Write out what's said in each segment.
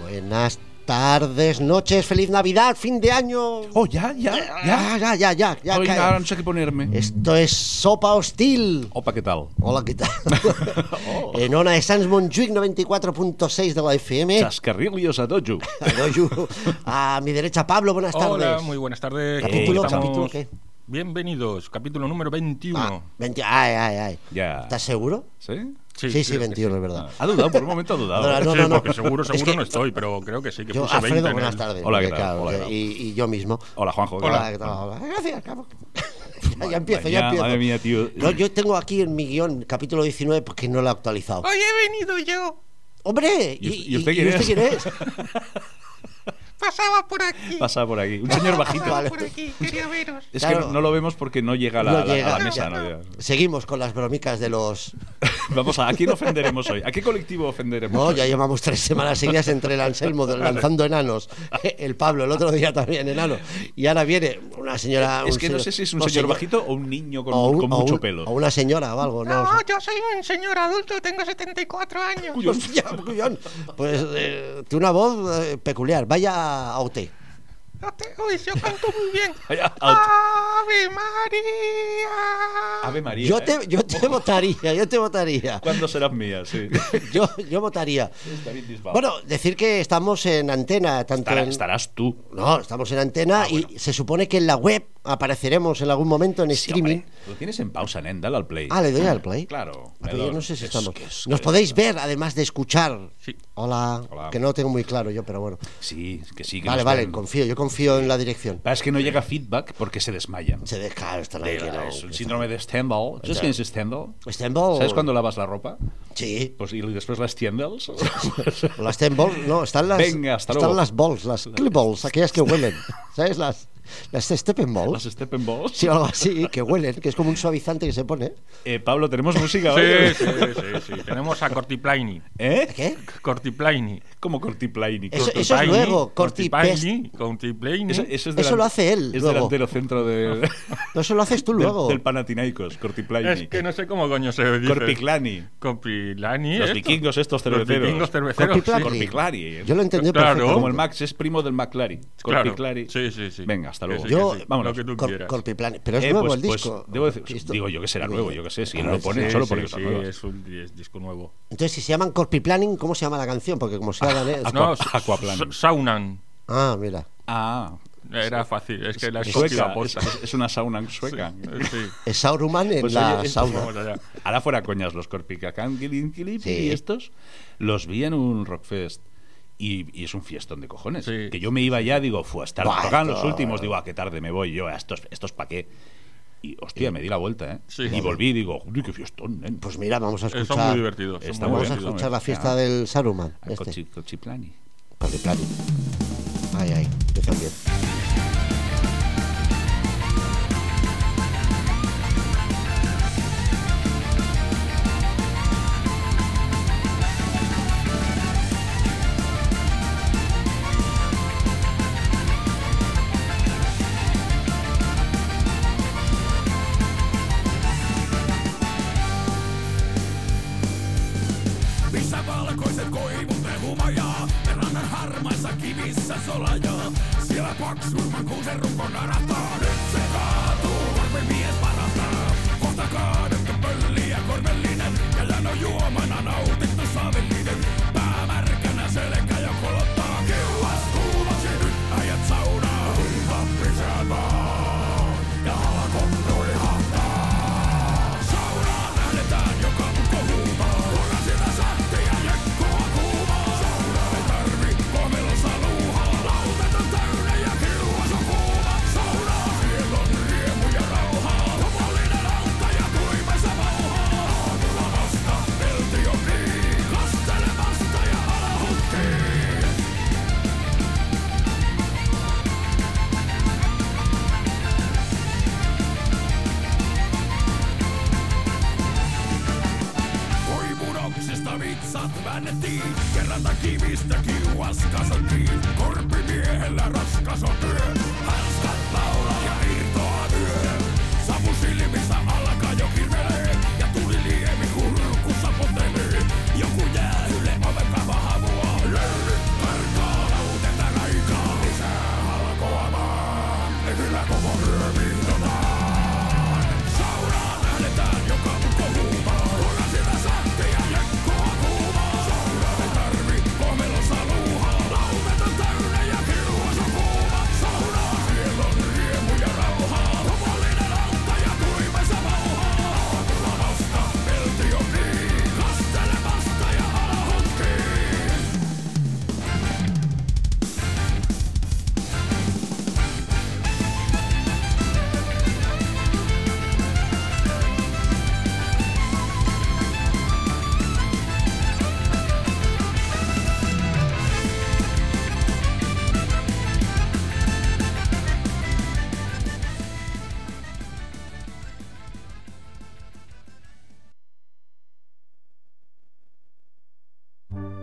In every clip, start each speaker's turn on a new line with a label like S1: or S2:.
S1: Buenas tardes, noches, feliz Navidad, fin de año.
S2: Oh, ya, ya, ya.
S1: Ya, ya, ya, ya. Ah, ya
S2: Ay,
S1: cae.
S2: ahora no sé qué ponerme.
S1: Esto es Sopa Hostil.
S2: Opa, ¿qué tal?
S1: Hola, ¿qué tal? En Ona de Sans Montjuic 94.6 de la FM.
S2: Chascarrillos a Doju.
S1: Adoyu. A mi derecha, Pablo, buenas
S3: Hola,
S1: tardes.
S3: muy buenas tardes.
S1: Capítulo,
S3: ¿Cómo
S1: capítulo,
S3: estamos?
S1: ¿qué?
S3: Bienvenidos, capítulo número 21.
S1: Ah, 20 ay, ay, ay.
S2: Ya.
S1: ¿Estás seguro?
S2: ¿Sí? Ah,
S1: Sí, sí,
S3: creo que
S1: 21, es verdad.
S2: Ha dudado, por un momento ha dudado.
S1: Ahora, no,
S3: Sí,
S1: no, no.
S3: porque seguro,
S1: Es
S3: seguro
S1: que
S3: no estoy, pero creo que sí, que
S1: Yo,
S3: puse 20 en
S1: Alfredo,
S3: el-
S1: buenas tardes.
S2: Hola, ¿qué
S1: Porque,
S2: tal?
S1: claro,
S2: Hola, ¿qué
S1: que-
S2: tal?
S1: Y, y yo mismo.
S2: Hola, Juanjo. ¿qué
S1: Hola,
S2: tal?
S1: ¿qué tal? Hola. Gracias, cabrón. Ya- ya
S2: Madre
S1: empiezo,
S2: mía,
S1: ya empiezo.
S2: Madre mía, tío. eh,
S1: No, yo tengo aquí en mi guión capítulo 19 porque no lo he actualizado.
S3: Hoy he venido yo,
S1: ¡Hombre!
S2: ¿Y usted- y usted quién es?
S3: pasaba por aquí.
S2: Pasa por aquí. Un señor bajito.
S1: Vale.
S3: Por aquí, quería veros.
S2: Es
S1: Claro.
S2: que no, no lo vemos porque no llega a la,
S1: No
S2: a la- a
S1: llega,
S2: la mesa.
S1: ya.
S2: ¿no? Ya.
S1: Seguimos con las bromicas de los.
S2: Vamos a, ¿a quién ofenderemos hoy? ¿A qué colectivo ofenderemos
S1: No,
S2: hoy?
S1: ya llevamos tres semanas seguidas entre el Anselmo de- lanzando enanos, el Pablo el otro día también enano, y ahora viene una señora.
S2: Es
S1: un
S2: que no
S1: señor-
S2: sé si es un
S1: no,
S2: señor
S1: señor-
S2: bajito o un niño con,
S1: o un-
S2: con
S1: o
S2: mucho
S1: un-
S2: pelo. ¡Ah,
S1: O una señora o algo, no.
S4: No, yo soy un señor adulto, tengo 74 años.
S2: Uy, hostia.
S1: Hostia, Cullón. Pues eh, tiene una voz eh, peculiar. Vaya a OT.
S4: No te- Uy, yo canto muy bien.
S2: Ay, out.
S4: Ave María.
S2: Ave María.
S1: Yo
S2: ¿eh?
S1: te, yo te votaría, yo te votaría.
S2: ¿Cuándo serás mía? Sí.
S1: Yo, yo votaría.
S2: David Bisbal.
S1: Bueno, decir que estamos en antena, tanto
S2: Estará- Ah,
S1: en-
S2: estarás tú.
S1: No, estamos en antena y se supone que en la web apareceremos en algún momento en
S2: Sí,
S1: streaming.
S2: hombre, lo tienes en pausa, Nen, dale al play.
S1: Ah, le doy al play.
S2: Claro.
S1: Ah, pero yo no sé si
S2: Es
S1: estamos.
S2: que es
S1: Nos
S2: que-
S1: podéis ver, además de escuchar.
S3: Sí.
S1: Hola.
S2: Hola.
S1: Que no lo tengo muy claro yo, pero bueno.
S2: Sí, que sí. Que
S1: Vale,
S2: nos
S1: vale,
S2: ven.
S1: confío. Yo confío en la dirección.
S2: Pasa Es que no llega feedback porque se desmayan.
S1: Se deja, claro, están ahí, que no- Oh.
S2: Es el síndrome de Stendhal. ¿Sabes
S1: Claro.
S2: quién es Stendhal?
S1: Stenball.
S2: ¿Sabes cuando lavas la ropa?
S1: Sí.
S2: Pues, y después las tiendas.
S1: Las ten balls, no, están las.
S2: Venga, hasta
S1: Están
S2: luego.
S1: las balls, las clip balls, aquellas que huelen. ¿Sabes? Las, las steppen
S2: las
S1: balls.
S2: Steppenballs.
S1: Sí, algo así, que huelen, que es como un suavizante que se pone.
S2: Eh, Pablo, tenemos música hoy.
S3: Sí, sí, sí, sí. Tenemos a Cortiplaini.
S2: ¿Eh?
S1: ¿Qué?
S3: Cortiplaini.
S2: Como Cortiplaini.
S1: Eso-
S2: Corti-
S1: eso es luego,
S3: Cortiplaini. Cortiplaini.
S2: Eso- eh. eso es
S1: eso
S2: delan-
S1: lo hace él
S2: Es
S1: luego.
S2: delantero centro de,
S1: No, eso lo haces tú
S2: del-
S1: luego.
S2: del Panathinaikos. Cortiplaini.
S3: Es que no sé cómo coño se dice.
S2: Corpiclani.
S3: Cortiplaini.
S2: Los
S3: esto.
S2: vikingos estos
S3: Los
S2: cerveceros.
S3: vikingos cerveceros. sí.
S1: Cortiplaini.
S2: Corpiclani.
S1: Yo lo entendí
S3: Claro.
S1: perfectamente.
S2: Como el Max es primo del McClary.
S3: Claro.
S2: Corpiclari.
S3: Sí, sí, sí.
S2: Venga, hasta
S3: Que
S2: luego.
S3: sí,
S1: Yo-
S3: que sí,
S2: vámonos.
S3: Lo que tú
S1: Cor-
S3: quieras.
S1: Corpiplan- Pero es
S2: Eh,
S1: nuevo
S2: pues-
S1: el
S2: pues
S1: disco.
S2: debo decir-
S1: Esto-
S2: digo yo que será
S1: Digo
S2: nuevo,
S1: yo.
S2: yo que sé, si
S1: Claro,
S2: lo
S1: sí,
S2: ponen
S3: Sí,
S2: solo
S3: sí,
S2: porque son
S3: sí,
S2: nuevas.
S3: es un dis- disco nuevo.
S1: Entonces, si se llaman Corpiplanning, ¿cómo se llama la canción? Porque como se llama...
S2: Aqua-
S3: Ah, No,
S2: Aquaplan.
S3: Sa- Saunan.
S1: Ah, mira.
S2: Ah,
S3: Era fácil, es que la
S2: sueca.
S3: escogía
S2: Es,
S3: posta.
S2: es una sauna sueca.
S3: Sí,
S1: Es Sauruman en
S2: Pues
S1: la
S2: oye, es-
S1: sauna.
S3: vamos allá.
S2: Ahora fuera coñas, los Corpicacán, Kilin, Kilip
S1: Sí.
S2: y estos, los vi en un Rockfest. Y, y es un fiestón de cojones.
S3: Sí.
S2: Que yo me iba ya, digo, fue hasta
S1: Buah,
S2: tocan
S1: esto-
S2: los últimos, digo, a qué tarde me voy yo, a estos, estos pa' qué. Y hostia, me di la vuelta, ¿eh?
S3: Sí.
S2: Y volví y digo, uy, qué fiestón, nen.
S1: Pues mira, vamos a
S3: Eh,
S1: escuchar...
S3: Son muy divertidos. son
S2: Está
S3: muy
S2: muy
S1: Vamos a
S2: bien,
S3: divertidos.
S1: escuchar la
S2: hombre.
S1: fiesta
S2: Ah.
S1: del Saruman.
S2: Ah,
S1: Este.
S2: cochi- cochiplani.
S1: Cortiplani. Ay, ay, empieza bien.
S5: Missä valkoiset koivut ehumaja, rannan harmaissa kivissä solaja. Siellä paksuimman kuusen runko narataa, nyt se kaatuu, varme mies parataa. Kohta kaadettu pölliä korvellinen, kellään on juomana nautittu saavillinen. Pää märkänä selkä ja kolottaa, kiuas kuumaksi nyt äijät saunaa. Hunta pisää vaan, ja halakontroi hahtaa. Saunaan lähdetään joka ukko huutaa. Koivunoksesta vitsat väännettiin, kerrata kivistä kiuas kasattiin. Korpimiehellä raskas on työ, hanskat laulaa ja irtoaa yö. Savu silmissä alkaa jo kirvelee, ja tuli liemi kurkussa potelee. Joku jäähylle oven kava havua, löylyt karkaa.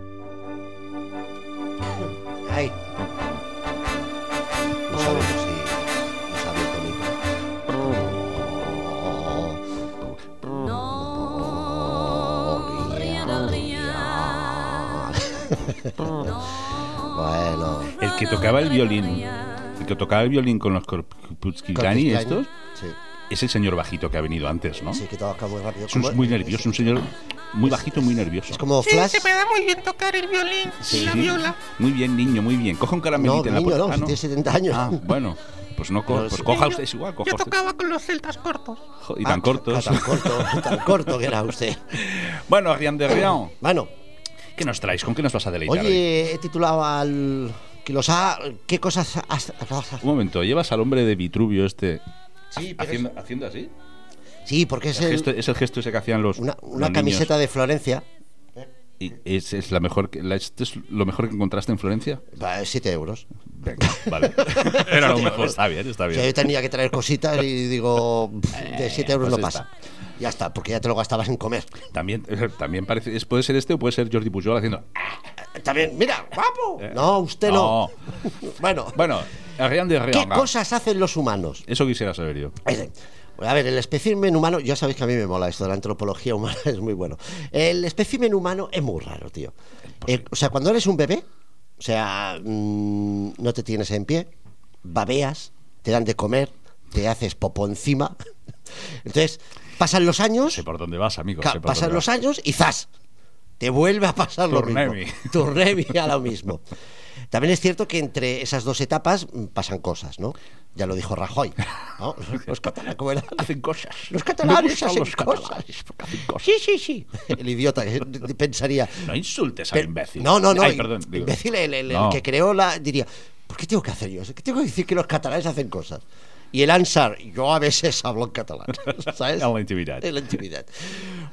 S1: Oh,
S4: Oh.
S1: Bueno.
S2: El que tocaba el violín, el que tocaba el violín con los Korputskilani estos,
S1: Sí,
S2: es el señor bajito que ha venido antes, ¿no?
S1: sí, que toca muy rápido.
S2: Es un,
S1: Como-
S2: muy nervioso, un señor muy bajito, muy nervioso.
S1: Es como
S4: Sí,
S1: Flash.
S4: se me da muy bien tocar el violín y la viola.
S2: Muy bien, niño, muy bien. Coja un caramelito
S1: No,
S2: en la
S1: niño,
S2: puerta.
S1: no,
S2: Ah,
S1: si tiene 70 años.
S2: Ah, bueno. Pues no, co-
S1: Pero
S2: pues
S1: sí.
S2: coja
S4: Yo-
S2: usted, es igual, coja
S4: Yo
S2: usted.
S4: tocaba con los celtas cortos.
S2: Jo, Y tan
S1: Ah,
S2: cortos.
S1: Tan corto, tan corto que era usted.
S2: Bueno, Rian de Rian,
S1: Bueno,
S2: ¿qué nos traes? ¿Con qué nos vas a deleitar hoy?
S1: oye, he titulado al. Que los ha. ¿Qué cosas has- has-
S2: Un momento, ¿llevas al hombre de Vitruvio este
S1: Sí, pero
S2: haciendo, haciendo así?
S1: Sí, porque es
S2: El
S1: el-
S2: gesto- es el gesto ese que hacían los
S1: una,
S2: los
S1: una
S2: niños.
S1: camiseta de Florencia.
S2: Y es, es la mejor que- la- este es lo mejor que encontraste en Florencia.
S1: Va, 7 euros.
S2: Venga, vale.
S3: Era lo mejor.
S2: Está bien, está
S1: O
S2: bien.
S1: sea, yo tenía que traer cositas y digo, de 7 euros
S2: pues
S1: no
S2: está.
S1: pasa. Ya está, porque ya te lo gastabas en comer.
S2: También, también parece, es- puede ser este o puede ser Jordi Pujol haciendo.
S1: También, mira, guapo.
S2: Eh,
S1: No, usted no. Bueno,
S2: Bueno, Rian de
S1: ¿qué
S2: Rian.
S1: cosas hacen los humanos?
S2: Eso quisiera saber yo.
S1: Ese. A ver, el espécimen humano, ya sabéis que a mí me mola esto de la antropología humana, es muy bueno. El espécimen humano es muy raro, tío. Eh, o sea, cuando eres un bebé, o sea, mm, no te tienes en pie, babeas, te dan de comer, te haces popo encima. Entonces, pasan los años,
S2: Sé por dónde vas, amigo.
S1: ca-
S2: sé por
S1: pasan
S2: dónde
S1: los
S2: vas.
S1: años y ¡zas! Te vuelve a pasar lo
S2: Turnemi.
S1: mismo. Turnemi a lo mismo. También es cierto que entre esas dos etapas mm, pasan cosas, ¿no? Ya lo dijo Rajoy. ¿no? Los catalanes, ¿cómo era?
S2: Hacen cosas.
S1: Los catalanes
S2: Me gustan
S1: hacen
S2: los catalanes porque hacen cosas.
S1: Sí, sí, sí. El idiota que pensaría.
S2: No insultes al
S1: pero-
S2: imbécil.
S1: No, no, no.
S2: Ay,
S1: el-
S2: perdón. digo.
S1: imbécil, el, el- el
S2: No.
S1: que creó la. Diría, ¿por qué tengo que hacer yo eso? ¿Qué tengo que decir que los catalanes hacen cosas? Y el Ansar, yo a veces hablo en catalán. ¿Sabes?
S2: En la intimidad.
S1: En la intimidad.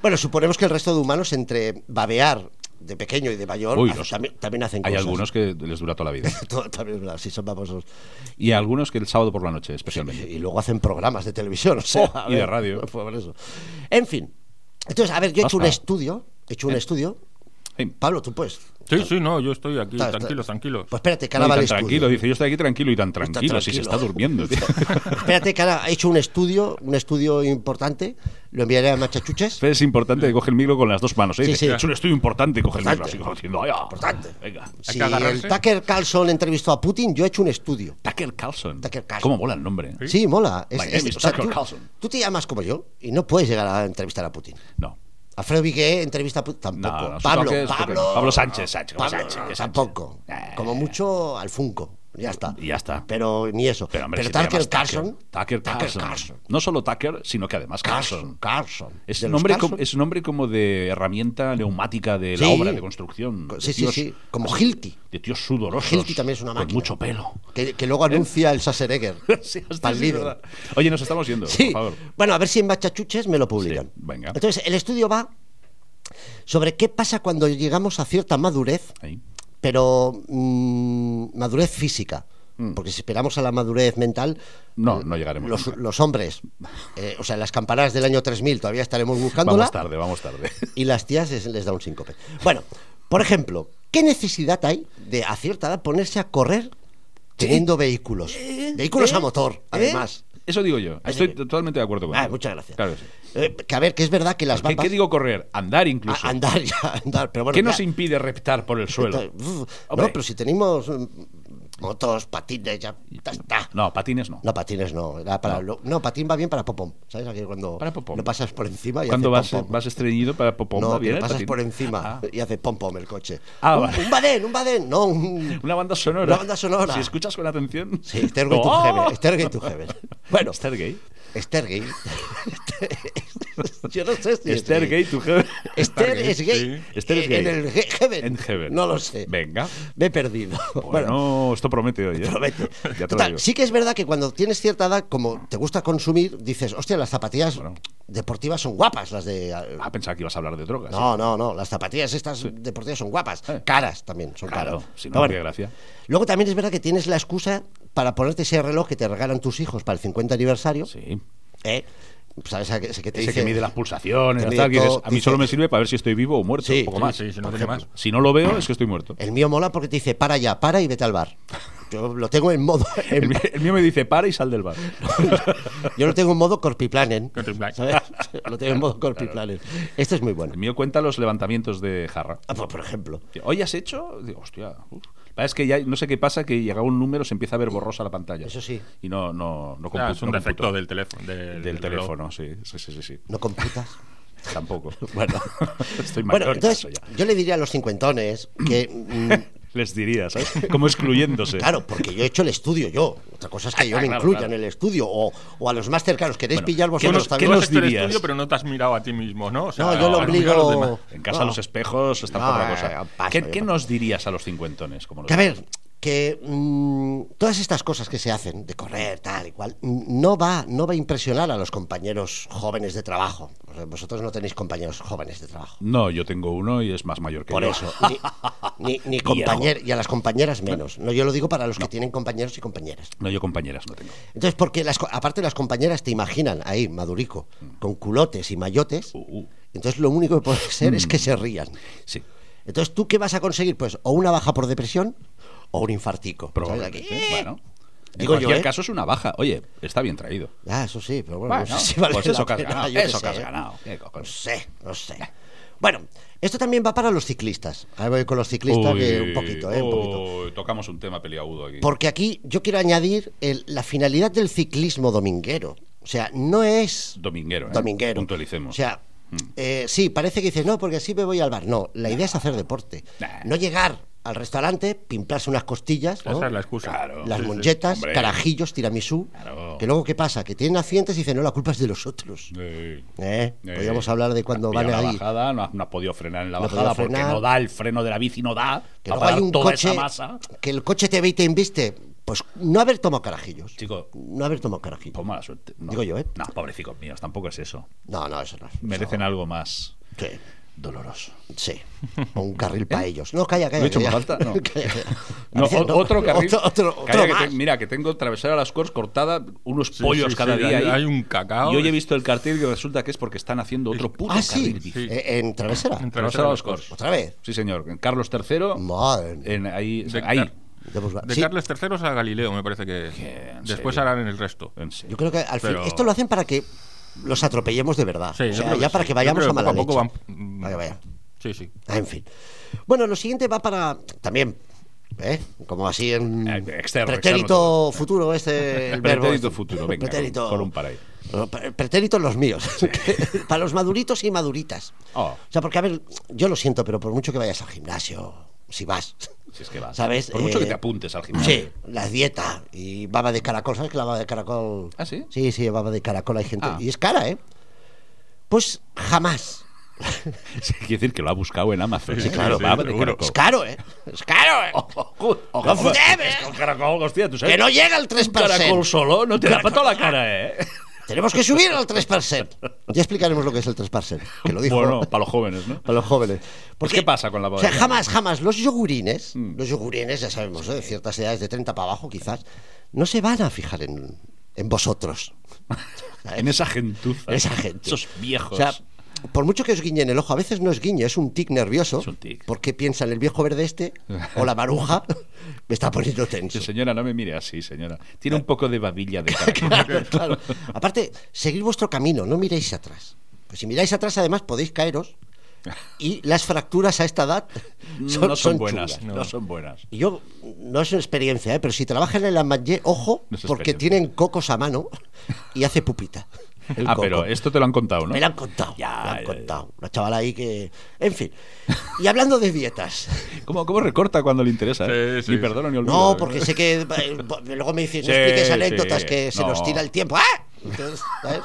S1: Bueno, suponemos que el resto de humanos, entre babear de pequeño y de mayor,
S2: Uy,
S1: hace-
S2: los-
S1: también, también hacen
S2: Hay
S1: cosas.
S2: algunos que les dura toda la vida.
S1: Todo- también, claro, sí, son famosos.
S2: Y algunos que el sábado por la noche, especialmente.
S1: Y luego hacen programas de televisión, o sea,
S2: Oh,
S1: a
S2: y de radio.
S1: por eso. En fin. Entonces, a ver, yo he hecho un
S2: Basta.
S1: estudio. He hecho un
S2: Eh.
S1: estudio.
S2: Ay,
S1: Pablo, tú puedes.
S3: Sí, sí, no, yo estoy aquí,
S1: Está- está-
S3: tranquilos, tranquilos.
S1: Pues espérate, que
S2: no,
S1: ahora
S2: y
S1: va el
S2: tan
S1: estudio.
S2: tranquilo, dice, yo estoy aquí tranquilo y tan tranquilo, si
S1: tranquilo.
S2: se está durmiendo. tío.
S1: Espérate, que ahora he hecho un estudio, un estudio importante. Lo enviaré a Machachuches.
S2: es importante que coge el micro con las dos manos. ¿eh?
S1: Sí,
S2: Dice,
S1: sí.
S2: Es un estudio importante, coge el micro
S1: Importante.
S2: así como diciendo, "Ay, ah,
S1: Importante.
S2: Venga.
S1: Si
S3: que
S1: el
S3: agarrarse.
S1: Tucker Carlson entrevistó a Putin, yo he hecho un estudio.
S2: Tucker Carlson.
S1: Tucker Carlson.
S2: ¿Cómo mola el nombre?
S1: Sí, mola.
S2: My name is Tucker
S1: tú,
S2: Carlson.
S1: tú te llamas como yo y no puedes llegar a entrevistar a Putin.
S2: No.
S1: Alfredo Vigué entrevista a Putin
S2: No,
S1: tampoco.
S2: no, eso
S1: Pablo,
S2: creo que es-
S1: Pablo,
S2: Pablo Sánchez, Sánchez,
S1: Pablo,
S2: Sánchez,
S1: no,
S2: Sánchez.
S1: tampoco.
S2: Eh.
S1: Como mucho al Funko. Ya está.
S2: Y ya está.
S1: Pero ni eso. Pero,
S2: Pero, hombre, si te
S1: Tucker
S2: llamas
S1: Carlson.
S2: Tucker Carlson.
S1: Carlson.
S2: No solo Tucker, sino que además
S1: Carlson.
S2: Carlson.
S1: Carlson.
S2: Es
S1: De los
S2: nombre,
S1: Carlson.
S2: como, es nombre como de herramienta neumática de la
S1: Sí.
S2: obra de construcción.
S1: Co-
S2: de
S1: sí, sí, sí. Como
S2: así,
S1: Hilti.
S2: De tíos sudorosos.
S1: Hilti también es una máquina.
S2: Con mucho pelo.
S1: Que, que luego anuncia el Saseregger.
S2: Sí, hostia,
S1: Pal
S2: sí,
S1: líder.
S2: verdad. Oye, nos estamos yendo,
S1: Sí.
S2: por favor.
S1: Bueno, a ver si en Machachuches me lo publican.
S2: Sí, venga.
S1: Entonces, el estudio va sobre qué pasa cuando llegamos a cierta madurez,
S2: Ahí.
S1: pero mm, madurez física. Porque si esperamos a la madurez mental,
S2: Mm. No, no llegaremos.
S1: los,
S2: nunca.
S1: los hombres, eh, o sea, las campanadas del año 3000 todavía estaremos buscándola
S2: Vamos tarde, vamos tarde.
S1: y las tías es- les da un síncope. Bueno, por ejemplo, ¿qué necesidad hay de a cierta edad ponerse a correr teniendo vehículos? Vehículos a motor, además.
S2: Eso digo yo. Estoy totalmente de acuerdo con
S1: Ah,
S2: eso.
S1: muchas gracias.
S2: Claro que sí.
S1: Eh, que a ver, que es verdad que las
S2: ¿Qué,
S1: vacas...
S2: qué digo correr? Andar
S1: a-
S2: incluso.
S1: andar ya, andar, pero bueno...
S2: ¿Qué
S1: ya-
S2: nos impide reptar por el suelo?
S1: Uf,
S2: Hombre.
S1: No, pero si tenemos mm, motos, patines, ya, ya está.
S2: No, patines no.
S1: No, patines no. era para lo- no. patín va bien para popom. ¿Sabes? Aquello cuando
S2: Para popom.
S1: lo pasas por encima y
S2: Cuando vas,
S1: hace pom-pom.
S2: vas estreñido para popón,
S1: no,
S2: va
S1: que
S2: bien
S1: lo
S2: el
S1: pasas
S2: patín.
S1: por encima
S2: Ah,
S1: y hace pom pom el coche.
S2: Ah,
S1: un,
S2: vale.
S1: un badén, un badén, no un...
S2: una banda sonora.
S1: Una banda sonora.
S2: Si escuchas con atención.
S1: Sí, Stairway to
S2: ¡Oh!
S1: Heaven, Stairway to Heaven. Bueno,
S2: Stargate.
S1: Stairgate. Yo no sé si es
S2: Stargate
S1: gay.
S2: to Heaven.
S1: Esther es gay.
S3: sí.
S2: Esther es
S1: Eh,
S2: gay.
S1: En el ge- heaven.
S2: En Heaven.
S1: No lo sé.
S2: Venga.
S1: Me he perdido.
S2: Bueno, esto promete hoy. ¿eh?
S1: Promete.
S2: Ya te
S1: Total,
S2: lo digo.
S1: sí que es verdad que cuando tienes cierta edad, como te gusta consumir, dices, hostia, las zapatillas
S2: Bueno.
S1: deportivas son guapas, las de... eh,
S2: Ah, pensaba que ibas a hablar de drogas.
S1: No, no, no, las zapatillas estas deportivas son guapas,
S2: ¿Ah, Eh.
S1: caras también, son
S2: Claro,
S1: caras.
S2: si no,
S1: Pero bueno,
S2: qué gracia.
S1: Luego también es verdad que tienes la excusa para ponerte ese reloj que te regalan tus hijos para el 50 aniversario.
S2: Sí.
S1: ¿eh? ¿Sabes? Ese que- ese que te
S2: Ese
S1: dice-
S2: que mide las pulsaciones,
S1: que mide
S2: tal, que dices,
S1: todo,
S2: a mí
S1: dice-
S2: solo me sirve para ver si estoy vivo o muerto,
S1: Sí,
S2: poco
S1: sí,
S2: más.
S3: sí, sí, no
S1: por
S3: tiene
S1: ejemplo.
S3: más.
S2: Si no lo veo, es que estoy muerto.
S1: El mío mola porque te dice, para ya, para y vete al bar. Yo lo tengo en modo.
S2: El,
S1: en-
S2: mí- el mío me dice para y sal del bar.
S1: yo lo tengo en modo corpiplanen.
S3: Corpiplan.
S1: ¿sabes? Lo tengo en modo corpiplanen. Este es muy bueno.
S2: El mío cuenta los levantamientos de jarra.
S1: Ah, pues, por ejemplo.
S2: ¿Hoy has hecho? Digo, hostia. uf. La verdad Es que ya no sé qué pasa, que llega un número, se empieza a ver borrosa la pantalla.
S1: Eso sí.
S2: Y no, no, no
S3: Ah,
S2: compu-
S3: es un
S2: no
S3: defecto
S2: computo.
S3: del teléfono. Del,
S2: del
S3: reloj.
S2: teléfono, sí, sí, sí, sí, sí.
S1: No computas.
S2: Tampoco. Bueno, estoy mayor
S1: Bueno,
S2: ya, eso
S1: entonces
S2: ya.
S1: yo le diría a los cincuentones que. mm,
S2: Les diría, ¿sabes? Como excluyéndose.
S1: Claro, porque yo he hecho el estudio yo. Otra cosa es que yo me
S2: claro,
S1: incluya
S2: claro.
S1: en el estudio o, o a los más cercanos. ¿Queréis pillar
S3: ¿Qué
S1: vosotros
S3: nos,
S2: ¿qué
S1: también?
S2: nos
S3: nos
S2: dirías?
S3: dirías? Estudio, pero no te has mirado a ti mismo, ¿no? O sea,
S1: No, yo lo
S3: has mirado a los
S1: obligo-
S3: demás.
S2: En casa
S1: No.
S2: Ah, los espejos están
S1: No,
S2: por la
S1: no,
S2: cosa.
S1: no, paso,
S2: ¿Qué,
S1: yo
S2: qué
S1: paso.
S2: nos dirías a los cincuentones? Como
S1: Que a
S2: nosotros?
S1: ver, que mm, todas estas cosas que se hacen, de correr, tal y cual, mm, no va, no va a impresionar a los compañeros jóvenes de trabajo. Vosotros no tenéis compañeros jóvenes de trabajo.
S2: No, yo tengo uno y es más mayor que
S1: Por
S2: yo.
S1: eso, ni, ni, ni compañer- y a las compañeras menos. No, yo lo digo para los que tienen compañeros y compañeras.
S2: No, yo compañeras no tengo.
S1: Entonces, porque las, co- aparte las compañeras te imaginan ahí, madurico, con culotes y mayotes,
S2: Mm. Uh, uh.
S1: entonces lo único que puede ser
S2: Mm.
S1: es que se rían.
S2: Sí.
S1: Entonces, ¿tú qué vas a conseguir? Pues o una baja por depresión o un infartico.
S2: Probablemente.
S1: ¿Sabes? Aquí, ¡eh!
S2: Bueno. En
S1: Digo yo,
S2: cualquier
S1: ¿eh?
S2: caso es una baja. Oye, está bien traído.
S1: Ah, eso sí, pero bueno,
S2: Bueno,
S1: no sé si vale
S2: pues
S1: la
S2: eso que has
S1: pena,
S2: ganado,
S1: yo qué
S2: eso que
S1: sé,
S2: has
S1: ¿eh?
S2: ganado. Qué
S1: No
S2: cojones.
S1: sé, no sé. Bueno, esto también va para los ciclistas. Ahora voy con los ciclistas Pues que
S2: Uy, oh.
S1: un poquito, ¿eh? Un poquito.
S2: uy, Tocamos un tema peliagudo aquí.
S1: Porque aquí yo quiero añadir el- la finalidad del ciclismo dominguero. O sea, no es
S2: Dominguero, ¿eh?
S1: dominguero.
S2: Puntualicemos. Mm.
S1: O sea, eh, sí, parece que dices, no, porque así me voy al bar. No, la idea es hacer deporte.
S2: Nah.
S1: No llegar al restaurante, pimparse unas costillas, ¿no?
S3: Esa es la excusa.
S2: Claro.
S1: las
S3: Sí, sí.
S1: monchetas,
S2: Hombre.
S1: carajillos, tiramisú.
S2: Claro.
S1: Que luego, ¿qué pasa? Que tienen accidentes y dicen, no, la culpa es de los otros.
S2: Eh,
S1: ¿Eh?
S2: eh,
S1: Podríamos hablar de cuando
S2: has pillado
S1: van
S2: la
S1: ahí.
S2: bajada, no, has, no has podido frenar en la
S1: No he
S2: bajada
S1: podido
S2: porque
S1: frenar.
S2: no da el freno de la bici, no da.
S1: Que
S2: va
S1: luego hay
S2: a parar
S1: un
S2: toda
S1: coche.
S2: esa masa.
S1: Que el coche te ve y te inviste. Pues no haber tomado carajillos.
S2: Chico.
S1: No haber tomado carajillos.
S2: Pues mala suerte. No.
S1: Digo yo, ¿eh?
S2: No, pobrecicos míos, tampoco es eso.
S1: No, no, eso no. es-
S2: Merecen algo más
S1: Sí,
S2: doloroso.
S1: sí. O un carril
S3: ¿Eh?
S1: para ellos. No, calla, calla.
S2: ¿Lo he hecho por
S1: calla.
S2: falta? No.
S1: Calla, calla.
S2: No,
S1: Parece-
S2: o-
S1: no,
S2: otro carril.
S1: Otro, otro-
S2: Calla,
S1: otro
S2: que te-
S1: más.
S2: mira, que tengo travesera las Corts cortada, unos
S3: Sí,
S2: pollos
S3: sí,
S2: cada
S3: sí,
S2: día.
S3: hay-
S2: ahí.
S3: hay un cacao.
S2: Y hoy he visto el cartel y resulta que es porque están haciendo otro puto
S1: Ah, sí.
S2: carril. bici.
S3: Sí.
S1: Eh, En travesera.
S2: Travesera
S3: En
S2: de
S3: Travesera
S2: los
S3: los
S2: Corts.
S3: Corts.
S1: Otra vez.
S2: Sí, señor. En Carlos III.
S1: Madre mía.
S2: En, ahí.
S3: De-
S2: ahí.
S1: Ya, pues va.
S3: De
S1: Sí,
S3: Carlos III a Galileo, me parece que.
S2: Que, en
S3: Después
S2: serio.
S3: harán el resto.
S2: En
S1: Yo
S2: serio.
S1: creo que al fin.
S3: Pero-
S1: Esto lo hacen para que los atropellemos de verdad.
S3: Sí,
S1: o
S3: yo
S1: sea,
S3: creo
S1: ya
S3: que
S1: para
S3: sí.
S1: que
S3: Yo
S1: vayamos a
S3: creo que
S1: mala
S3: poco
S1: leche.
S3: van-
S1: Para que vaya.
S3: Sí, sí.
S1: Ah, en fin. Bueno, lo siguiente va para. También. ¿eh? Como así en.
S2: Eh, externo, externo
S1: pretérito
S2: todo.
S1: futuro, este. El verbo.
S2: Pretérito
S1: este.
S2: futuro, venga,
S1: Pretérito.
S2: con un par ahí.
S1: No, pre- Pretéritos los míos. para los maduritos y maduritas.
S2: Oh.
S1: O sea, porque a ver, yo lo siento, pero por mucho que vayas al gimnasio, si vas.
S2: Si es que vas.
S1: ¿Sabes?
S2: Por mucho
S1: Eh,
S2: que te apuntes al
S1: Sí,
S2: gimnasio.
S1: la dieta y baba de caracol. ¿Sabes que la baba de caracol?
S2: ¿Ah, sí?
S1: Sí, sí, baba de caracol hay gente.
S2: Ah.
S1: Y es cara, ¿eh? Pues jamás.
S2: Sí, Quiere decir que lo ha buscado en Amazon.
S3: Sí,
S2: ¿eh?
S3: claro,
S2: Lo va a meter
S3: seguro.
S2: caracol.
S1: Es caro, ¿eh? Es caro, ¿eh?
S2: Ojo, ojo,
S1: No futemes.
S2: es que un caracol, hostia, tú sabes.
S1: Que no llega al
S2: Un caracol
S1: 3%.
S2: solo no te da para toda la cara, ¿eh?
S1: Tenemos que subir al 3%. Ya explicaremos lo que es el 3%. Que lo dijo
S2: Bueno, para los jóvenes, ¿no?
S1: a los jóvenes. Porque-
S2: ¿qué pasa con la Mm.
S1: O sea,
S2: baba?
S1: jamás, jamás. Los yogurines, los yogurines, ya sabemos, ¿eh? de ciertas edades de 30 para abajo quizás, no se van a fijar en, en vosotros.
S2: En esa gentuza.
S1: Esa gente.
S2: Esos viejos.
S1: O sea, por mucho que os guiñen el ojo, a veces no es guiño, es un tic nervioso.
S2: Es un tic.
S1: Porque piensan, el viejo verde este o la maruja me está poniendo tenso.
S2: Sí, señora, no me mire así, señora.
S1: Eh,
S2: Tiene un poco de babilla de caracol.
S1: Claro, claro. Aparte, seguid vuestro camino, no miréis atrás. Pues si miráis atrás, además podéis caeros. Y las fracturas a esta edad
S2: No
S1: son,
S2: son,
S1: son
S2: buenas,
S1: chulas.
S2: no. son buenas.
S1: Y yo, no es una experiencia, ¿eh? pero si trabajan en la Manje, ojo,
S2: No es
S1: porque
S2: experiencia.
S1: tienen cocos a mano y hace pupita. el
S2: ah,
S1: coco.
S2: pero esto te lo han contado, ¿no?
S1: Me lo han contado.
S2: Ya,
S1: me lo han
S2: ya,
S1: contado. Una chavala ahí que. En fin. Y hablando de dietas.
S2: ¿Cómo, cómo recorta cuando le interesa? eh?
S3: Sí, sí,
S2: ni
S3: sí.
S2: perdono ni olvido.
S1: No,
S2: ¿eh?
S1: porque sé que. eh, Luego me dicen, no
S2: Sí,
S1: expliques
S2: sí,
S1: anécdotas que se nos
S2: no.
S1: tira el tiempo. ¡Ah! Entonces, ¿sabes?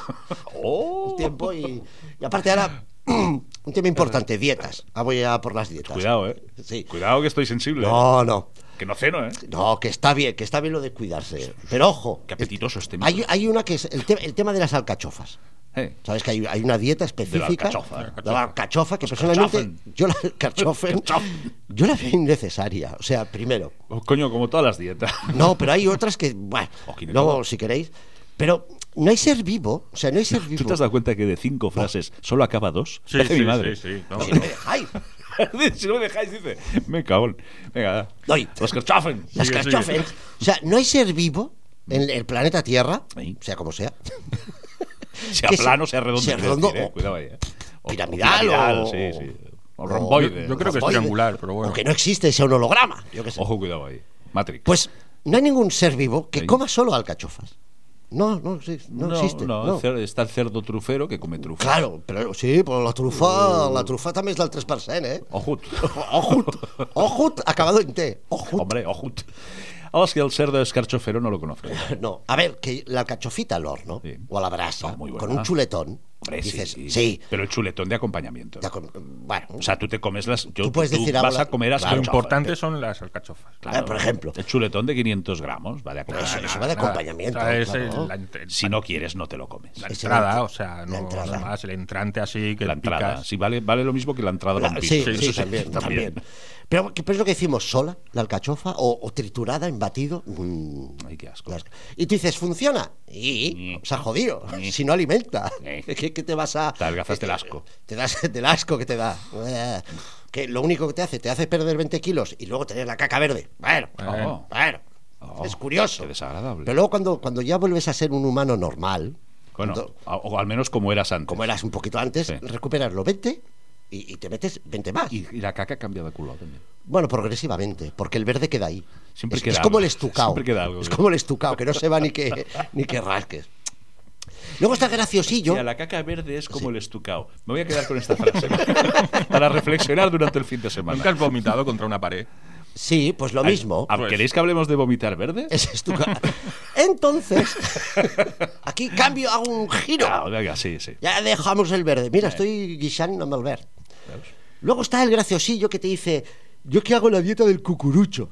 S2: ¡Oh!
S1: El tiempo y. Y aparte ahora. Un tema importante, dietas. Ah, voy a por las dietas.
S2: Cuidado, ¿eh?
S1: Sí.
S2: Cuidado que estoy sensible. ¿eh?
S1: No, no.
S2: Que no ceno, ¿eh?
S1: No, que está bien, que está bien lo de cuidarse. Pero ojo.
S2: Qué apetitoso este micro.
S1: Hay, hay una que es el, te- el tema de las alcachofas.
S2: Eh,
S1: Sabes que hay, hay una dieta específica
S2: alcachofa.
S1: de la alcachofa, que personalmente
S2: cachofen.
S1: yo la alcachofen,
S2: Cachofen.
S1: yo la veo innecesaria. O sea, primero.
S2: oh, coño, como todas las dietas.
S1: No, pero hay otras que, bueno,
S2: Ojo, tiene
S1: luego
S2: todo.
S1: si queréis. Pero no hay ser vivo, o sea, no hay ser vivo.
S2: ¿Tú te has dado cuenta que de cinco frases solo acaba dos?
S3: Sí,
S2: Parece
S3: sí,
S2: mi madre.
S3: sí, sí, no,
S1: Si me dejáis.
S2: si no me dejáis, dice. Me cagón. Venga, da.
S1: Doy.
S2: Los Kartoffen.
S1: Las
S3: Sigue, sigue.
S1: cachofen. O sea, no hay ser vivo en el planeta Tierra,
S2: Sí.
S1: sea como sea,
S2: Sea
S1: que se-
S2: plano, sea redondo.
S1: sea
S2: quiero
S1: redondo
S2: decir, eh,
S1: o
S2: Cuidado ahí. eh.
S1: piramidal, o-
S2: Sí, sí. O
S1: o-
S2: romboide.
S3: Yo- yo creo que es
S1: Oye,
S3: triangular, pero bueno.
S1: o que no existe, sea un holograma. Yo qué sé.
S2: Ojo, cuidado ahí. Matrix.
S1: Pues no hay ningún ser vivo que
S2: Sí.
S1: coma solo alcachofas. No, no, exi- no, existe.
S2: No,
S1: no.
S2: el cer- Está el cerdo trufero que come trufa.
S1: Claro, però sí, però la trufa, la trufa també és del 3%, eh?
S2: Ojut.
S1: Ojut, ojut, acabado en T. Ojut.
S2: Hombre, ojut. Ahora es que el cerdo escarchofero no lo conozco.
S1: No, a ver, que la cachofita al horno
S2: Sí.
S1: o a la brasa,
S2: No, muy buena.
S1: con un chuletón,
S2: Hombre, sí,
S1: dices, sí,
S2: Pero el chuletón de acompañamiento.
S1: ya con- bueno,
S2: O sea, tú te comes las. yo-
S1: Tú puedes decir
S2: vas
S1: ahora-
S2: a comer hasta
S1: Claro.
S3: Lo importante son las alcachofas.
S1: Eh, por ejemplo.
S2: El chuletón de 500 gramos, vale. a comer.
S1: eso, eso
S3: Nada,
S1: va de
S3: nada.
S1: acompañamiento.
S3: O sea, es
S1: claro.
S3: el- la, ent-
S2: Si no quieres, no te lo comes.
S3: la
S2: La,
S1: es el
S3: entrada,
S1: ent-
S3: o sea, no
S1: la entrada.
S3: nada más, el entrante así que
S2: entrada.
S3: picas.
S2: Sí, vale, vale lo mismo que la entrada
S1: La-
S2: con pizza.
S1: Ah, sí,
S2: Eso
S1: sí, también, también. Pero, ¿qué- pero es lo que decimos, sola, la alcachofa, o, o triturada en batido. mm,
S2: Ay, qué asco.
S1: las- Y tú dices, funciona. Y
S2: Mm.
S1: se ha jodido.
S2: Mm.
S1: Si no alimenta,
S2: Eh.
S1: ¿qué, qué te vas a. eh,
S2: Te adelgazas del asco.
S1: Te das del asco que te da. Eh, Que lo único que te hace, te hace perder 20 kilos y luego tener la caca verde. Bueno,
S2: Oh.
S1: bueno.
S2: Oh,
S1: es curioso.
S2: qué desagradable.
S1: Pero luego cuando, cuando ya vuelves a ser un humano normal,
S2: Bueno,
S1: cuando-
S2: a- o al menos como eras antes.
S1: como e- eras un poquito antes,
S2: Sí.
S1: recuperas los 20 y, y te metes 20 más.
S2: Y, y la caca cambia de culo también.
S1: Bueno, progresivamente, porque el verde queda ahí.
S2: Siempre
S1: es,
S2: queda
S1: es como
S2: algo.
S1: el estucao.
S2: Siempre queda algo,
S1: es
S2: ¿no?
S1: como el estucao, que no se va ni que, ni que rasques. Luego está graciosillo.
S2: Mira, la caca verde es como el estucao. Me voy a quedar con esta frase para reflexionar durante el fin de semana.
S3: Nunca has vomitado contra una pared.
S1: Sí, pues lo
S2: Ay,
S1: mismo.
S2: ah,
S3: Pues-
S2: ¿Queréis que hablemos de vomitar verde?
S1: Es estucao. Entonces, aquí cambio, hago un giro.
S2: Ah, venga, sí, sí.
S1: Ya dejamos el verde. Mira, estoy guisando amb el verde. Luego está el graciosillo que te dice, yo que hago la dieta del cucurucho.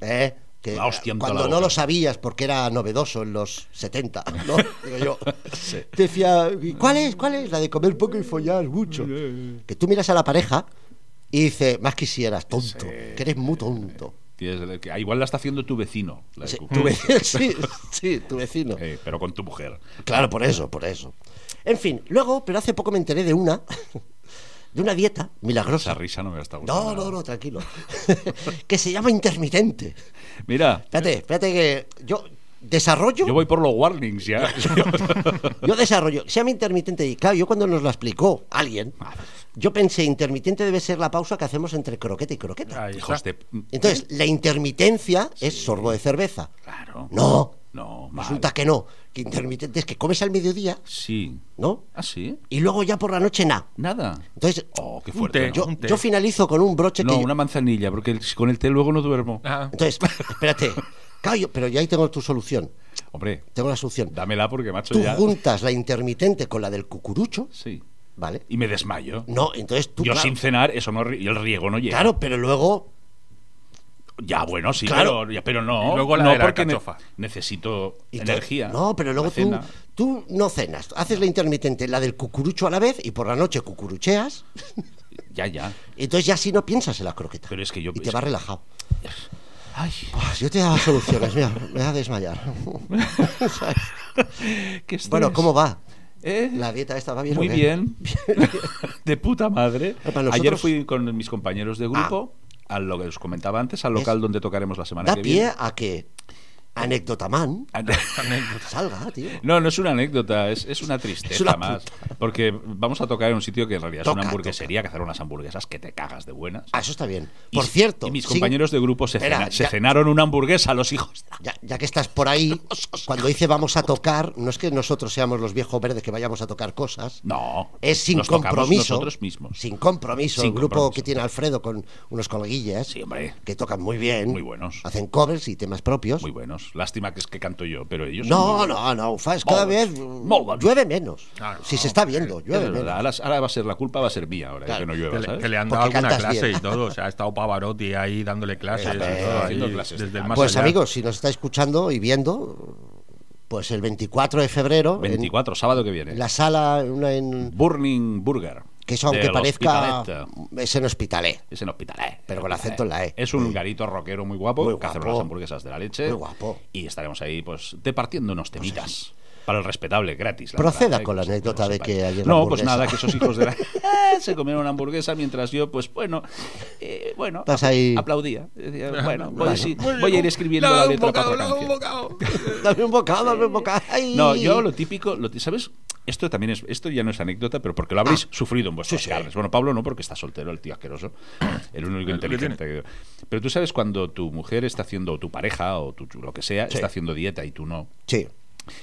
S1: ¿Eh? Que
S2: Mm. La hostia en toda
S1: cuando
S2: la
S1: no
S2: boca.
S1: lo sabías porque era novedoso en los 70, ¿no? Digo yo.
S2: Sí.
S1: Te decía, "¿Y ¿cuál es? ¿Cuál es? La de comer poco y follar mucho. Que tú miras a la pareja y dices, más quisieras, tonto, que eres muy tonto.
S2: Tienes el- que- ah, igual la está haciendo tu vecino. la de
S1: Sí,
S2: Cucu.
S1: tu vecino, sí, sí, tu vecino.
S2: Eh, pero con tu mujer.
S1: Claro, por eso, por eso. En fin, luego, pero hace poco me enteré de una, de una dieta
S2: Esa
S1: milagrosa.
S2: risa no me está gustando.
S1: No, no, no, tranquilo. que se llama intermitente.
S2: Mira,
S1: Espérate, espérate que yo desarrollo,
S2: yo voy por los warnings ya.
S1: yo desarrollo. Se llama intermitente y claro, yo cuando nos la explicó alguien,
S2: Ah.
S1: yo pensé intermitente debe ser la pausa que hacemos entre croqueta y croqueta.
S3: Ahí
S2: Hijos
S3: está.
S2: de-
S1: Entonces, la intermitencia es sorbo de cerveza.
S2: Claro.
S1: No,
S2: No, mal.
S1: resulta que no. Que intermitente es que comes al mediodía,
S2: Sí.
S1: ¿no?
S2: ¿Ah, sí?
S1: Y luego ya por la noche nada.
S2: Nada.
S1: Entonces,
S2: Oh, qué
S3: Un
S2: fuerte.
S3: té,
S2: ¿no?
S1: Yo,
S3: Un té.
S1: yo finalizo con un broche
S2: No,
S1: que. yo-
S2: una manzanilla, porque el- con el té luego no duermo.
S3: Ah,
S1: Entonces, espérate. Claro, yo- pero ya ahí tengo tu solución.
S2: Hombre,
S1: Tengo la solución.
S2: dámela porque, macho,
S1: Tú
S2: ya.
S1: juntas la intermitente con la del cucurucho,
S2: Sí.
S1: ¿vale?
S2: Y me desmayo.
S1: No, entonces tú.
S2: yo
S1: claro,
S2: sin cenar, eso no, ri- y el riego no llega.
S1: claro, pero luego.
S2: Ya, bueno, sí,
S1: Claro.
S2: pero, ya, pero no.
S3: Y luego la
S2: no
S3: de la
S2: porque
S3: alcachofa.
S2: necesito
S1: y te-
S2: energía.
S1: No, pero luego
S2: la
S1: tú,
S2: cena.
S1: tú no cenas. Haces la intermitente, la del cucurucho a la vez y por la noche cucurucheas.
S2: Ya, ya.
S1: Entonces ya así no piensas en la croqueta.
S2: Pero es que yo-
S1: Y te
S2: es
S1: vas
S2: que-
S1: relajado.
S2: Ay,
S1: Buah, yo te daba soluciones, mira, me voy a desmayar.
S2: qué estrés.
S1: bueno, ¿cómo va?
S2: ¿Eh?
S1: La dieta esta va bien. o
S2: Muy
S1: qué?
S2: bien. de puta madre.
S1: Para nosotros- Ah.
S2: Ayer fui con mis compañeros de grupo, a lo que os comentaba antes, al local
S1: Es-
S2: donde tocaremos la semana
S1: da
S2: que
S1: pie
S2: viene. Ah,
S1: a que Anecdotaman salga, tío.
S2: No, no es una anécdota, es, es una tristeza
S1: Es una
S2: más. Porque vamos a tocar en un sitio que en realidad es
S1: Toca,
S2: una hamburguesería, que hacer unas hamburguesas que te cagas de buenas.
S1: Ah, eso está bien.
S2: Y
S1: Por
S2: s-
S1: cierto,
S2: Y mis
S1: sin-
S2: compañeros de grupo se,
S1: Espera,
S2: cena- se
S1: ya-
S2: cenaron una hamburguesa, los hijos. de la-
S1: ya, ya que estás por ahí, cuando dice vamos a tocar, no es que nosotros seamos los viejos verdes que vayamos a tocar cosas.
S2: No.
S1: Es sin
S2: nos tocamos
S1: compromiso.
S2: Nosotros mismos.
S1: Sin compromiso.
S2: Sin
S1: el grupo
S2: compromiso.
S1: que tiene Alfredo con unos coleguillas.
S2: Sí, hombre.
S1: Que tocan muy bien.
S2: Muy buenos.
S1: Hacen covers y temas propios.
S2: Muy buenos. Lástima que es que canto yo, pero ellos. son muy
S1: no,
S2: buenos.
S1: no, no, Ufa, es cada
S2: Muy
S1: vez
S2: buenos. Muy buenos.
S1: llueve menos.
S3: Ah, no,
S1: si se está viendo,
S2: Es
S1: llueve
S2: verdad,
S1: menos.
S2: ahora, ahora va a ser la culpa, va a ser mía ahora
S1: Claro.
S2: que no
S3: que,
S2: llueva,
S3: le-
S2: ¿sabes?
S3: que le han dado
S1: Porque
S3: alguna
S1: cantas
S3: clase
S1: bien.
S3: y todo. O sea, ha estado Pavarotti ahí dándole clases. y
S1: Hombre,
S3: todo, ahí,
S2: haciendo clases.
S3: desde el más
S1: Pues
S3: allá.
S1: amigos, si nos está escuchando y viendo, pues el 24 de febrero, en
S2: 24, sábado que viene.
S1: la sala, una en,
S2: Burning Burger.
S1: que eso aunque
S2: del
S1: parezca,
S2: Hospitalet.
S1: es en Hospitalet.
S2: Es en Hospitalet.
S1: Pero con acento en la E.
S2: Es un
S1: Sí.
S2: garito rockero muy guapo
S1: Muy
S2: que hace
S1: guapo.
S2: unas hamburguesas de la leche.
S1: Muy guapo.
S2: Y estaremos ahí, pues, departiendo unos temitas. Para el respetable, gratis. la
S1: Proceda
S2: ¿eh?
S1: con la
S2: se-
S1: anécdota
S2: se
S1: de
S2: pague.
S1: que ayer la
S2: No, pues
S1: hamburguesa-
S2: nada, que esos hijos de la. se comieron una hamburguesa mientras yo, pues bueno. eh, bueno,
S1: Estás ahí.
S2: aplaudía. Decía, bueno, voy,
S1: Bueno.
S2: sí, voy a ir escribiendo la
S3: Dame un
S2: letra
S3: bocado,
S2: para otra
S3: dame un
S2: canción.
S3: bocado.
S1: Dame un bocado, dame un bocado. Ay.
S2: No, yo hago lo típico, lo, ti- ¿sabes? Esto también es, esto ya no es anécdota, pero porque lo habréis sufrido en vuestras
S1: Ah, sí.
S2: carnes. Bueno, Pablo no, porque está soltero, el tío asqueroso, el único
S3: que
S2: inteligente. que- Pero tú sabes cuando tu mujer está haciendo, o tu pareja, o tu, lo que sea,
S1: Sí.
S2: está haciendo dieta y tú no.
S1: Sí.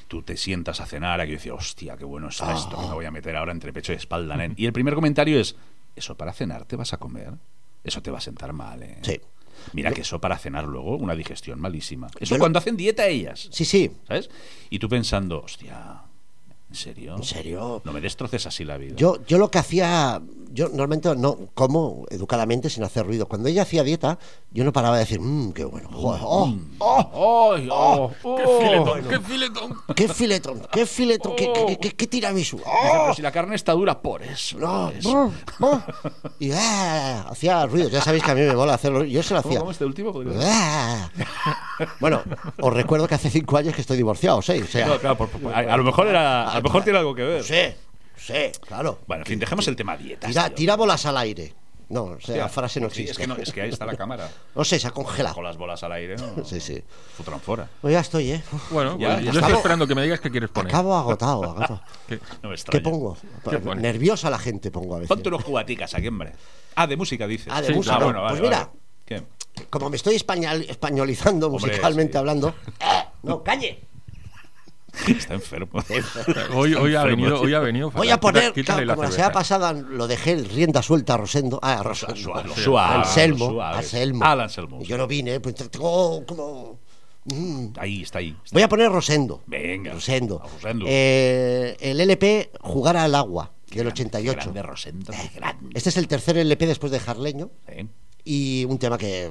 S2: Tú te sientas a cenar aquí y dices, hostia, qué bueno está
S1: Ah.
S2: esto, me lo voy a meter ahora entre pecho y espalda, nen. Y el primer comentario es, ¿eso para cenar te vas a comer? Eso te va a sentar mal, ¿eh?
S1: Sí.
S2: Mira que eso para cenar luego, una digestión malísima. Eso
S1: Yo lo-
S2: cuando hacen dieta ellas.
S1: Sí, sí.
S2: ¿Sabes? Y tú pensando, hostia, ¿en serio?
S1: ¿En serio?
S2: No me destroces así la vida.
S1: Yo, yo lo que hacía, yo normalmente no como educadamente sin hacer ruido. Cuando ella hacía dieta, yo no paraba de decir, mmm, qué bueno. Joder, oh,
S2: ¡Oh! ¡Oh!
S3: ¡Qué
S2: oh!
S3: filetón!
S2: Bueno,
S3: ¡Qué filetón!
S1: qué filetón, qué filetón, qué, qué, qué, qué tiramisú.
S2: dice,
S1: Oh,
S2: pero si la carne está dura, por eso.
S1: no,
S2: por eso.
S1: no, no. Y ah, hacía ruido. Ya sabéis que a mí me mola hacerlo. Yo se lo
S2: ¿Cómo,
S1: hacía.
S2: cómo este último? Podría-
S1: Ah. Bueno, os recuerdo que hace cinco años que estoy divorciado, seis. O sea,
S2: No, claro, por- por- a, a lo mejor era, a lo mejor tiene algo que ver.
S1: sí, sí, claro.
S2: Bueno, en fin, dejemos el tema dietas.
S1: Tira,
S2: tío.
S1: tira bolas al aire. No, o sea, la
S2: Hostia,
S1: frase no
S2: sí,
S1: existe.
S2: es que no, es que ahí está la cámara.
S1: No sé, se ha congelado.
S2: Con las bolas al aire, ¿no?
S1: Sí, sí.
S2: Su transfora.
S1: Pues ya estoy, ¿eh? Uf,
S2: Ya,
S3: Bueno, pues
S2: ya
S3: yo estoy
S1: estamos.
S3: esperando que me digas qué quieres poner.
S1: Acabo agotado, agotado.
S3: ¿Qué?
S2: No me
S1: ¿Qué
S2: extraña.
S1: pongo? Pues
S3: ¿Qué pones?
S1: Nerviosa la gente pongo a veces.
S2: Ponte unos cubaticas aquí, hombre. Ah, de música, dice.
S1: Ah, de
S3: Sí, música.
S2: Ah, bueno,
S1: Pues
S2: vale,
S1: mira.
S2: vale. ¿Qué?
S1: Como me estoy español- españolizando
S2: Hombre,
S1: musicalmente
S2: sí.
S1: hablando. ¡eh! No, calle.
S2: Está enfermo.
S3: Hoy, hoy, ha
S2: Enfermo,
S3: venido,
S2: tío.
S3: hoy ha venido.
S1: Voy
S3: fatal.
S1: a poner,
S3: Quita- quítale
S1: claro,
S3: la
S1: como la
S3: cerveza.
S1: semana pasada lo dejé el rienda suelta a Rosendo. Ah, a Rosendo.
S2: Suave,
S1: Sí.
S2: suave,
S1: Al Selmo.
S2: suave.
S1: al Selmo.
S2: Al Anselmo.
S1: Yo no vine, pues tengo como. Mm.
S2: Ahí, está ahí. está
S1: Voy a
S2: ahí.
S1: poner Rosendo.
S2: Venga,
S1: Rosendo.
S2: a Rosendo.
S1: Eh, el LP Jugar al agua, del
S2: Qué
S1: 88.
S2: Grande Rosendo, qué grande. ¿Eh?
S1: Este es el tercer LP después de Jarleño.
S2: Sí.
S1: Y un tema que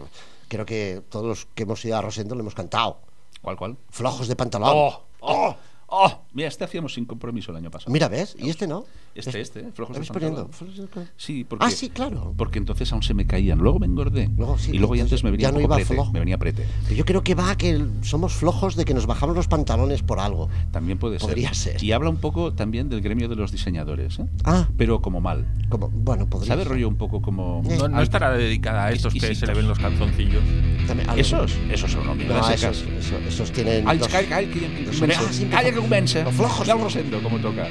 S1: creo que todos los que hemos ido a Rosendo lo hemos cantado.
S2: ¿Cuál, cuál?
S1: Flojos de pantalón.
S2: ¡Oh! ¡Oh! ¡Oh! Mira, este hacíamos sin compromiso el año pasado.
S1: Mira, ¿ves? ¿Y este no?
S2: Este, este, ¿eh? Flojos
S1: ¿Lo
S2: de
S1: ves
S2: pantalón.
S1: poniendo?
S2: Sí, porque,
S1: Ah, sí, claro.
S2: Porque entonces aún se me caían. Luego me engordé.
S1: Luego sí,
S2: y luego ya
S1: entonces
S2: antes me venía
S1: ya
S2: un
S1: no
S2: poco
S1: iba
S2: prete,
S1: flojo.
S2: Me venía prete.
S1: Pero yo creo que va a que el- somos flojos de que nos bajamos los pantalones por algo.
S2: También puede ser.
S1: Podría ser.
S2: Y habla un poco también del gremio de los diseñadores. ¿eh?
S1: Ah.
S2: Pero como mal.
S1: Como, bueno, podría.
S2: ¿Sabes
S1: ser.
S2: rollo un poco como...
S1: Eh.
S3: No, no estará dedicada a estos que se le ven los calzoncillos.
S1: También algo.
S2: ¿Esos? Esos son una mierda
S1: No,
S2: seca.
S1: esos, esos, esos tienen.
S2: Ai,
S1: dos-
S2: calla, calla, que, que
S1: los
S2: comença.
S1: flojos.
S2: Calla que comença.
S1: Los flojos.
S2: Ya ho rosendo, como toca.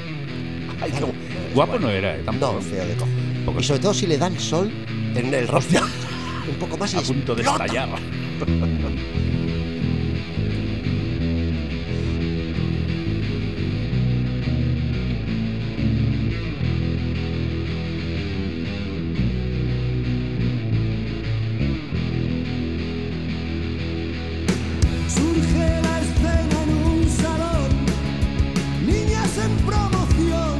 S2: Ai, que...
S1: Claro.
S2: Guapo no era, eh, tampoco.
S1: No, feo de cojo.
S2: Poco-
S1: Y sobre todo si le da el sol en el rostro. un poco más y
S2: A punto de
S1: explota.
S2: estallar.
S6: Surge la escena en un salón, niñas en promoción,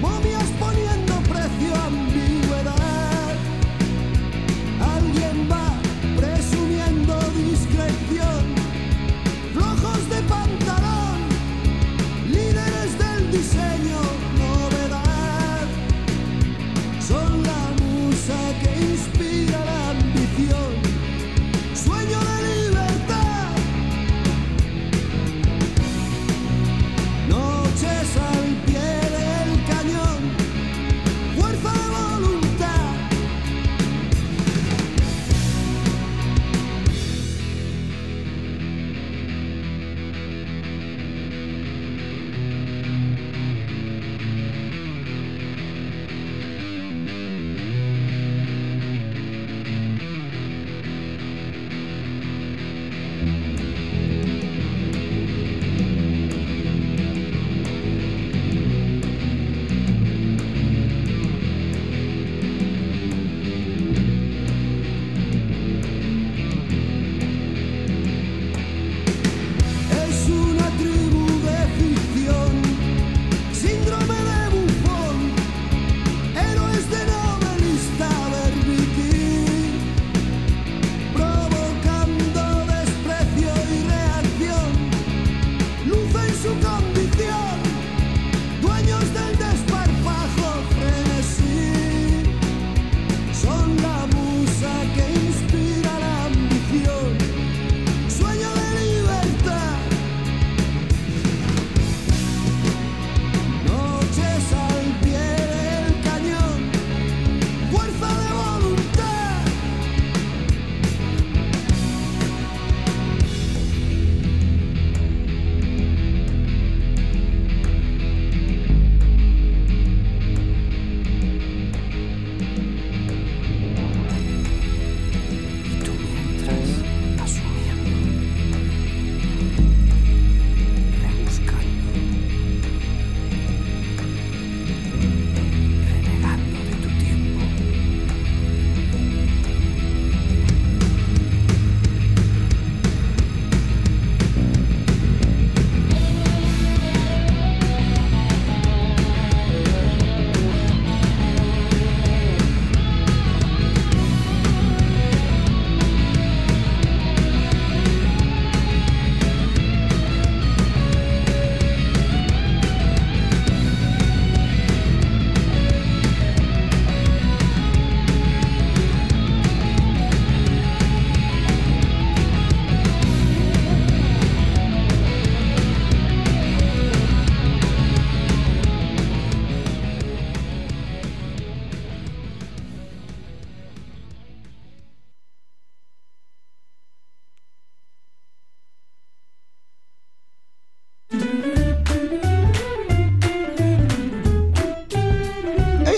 S6: momias poniendo precio a ambigüedad. Alguien va presumiendo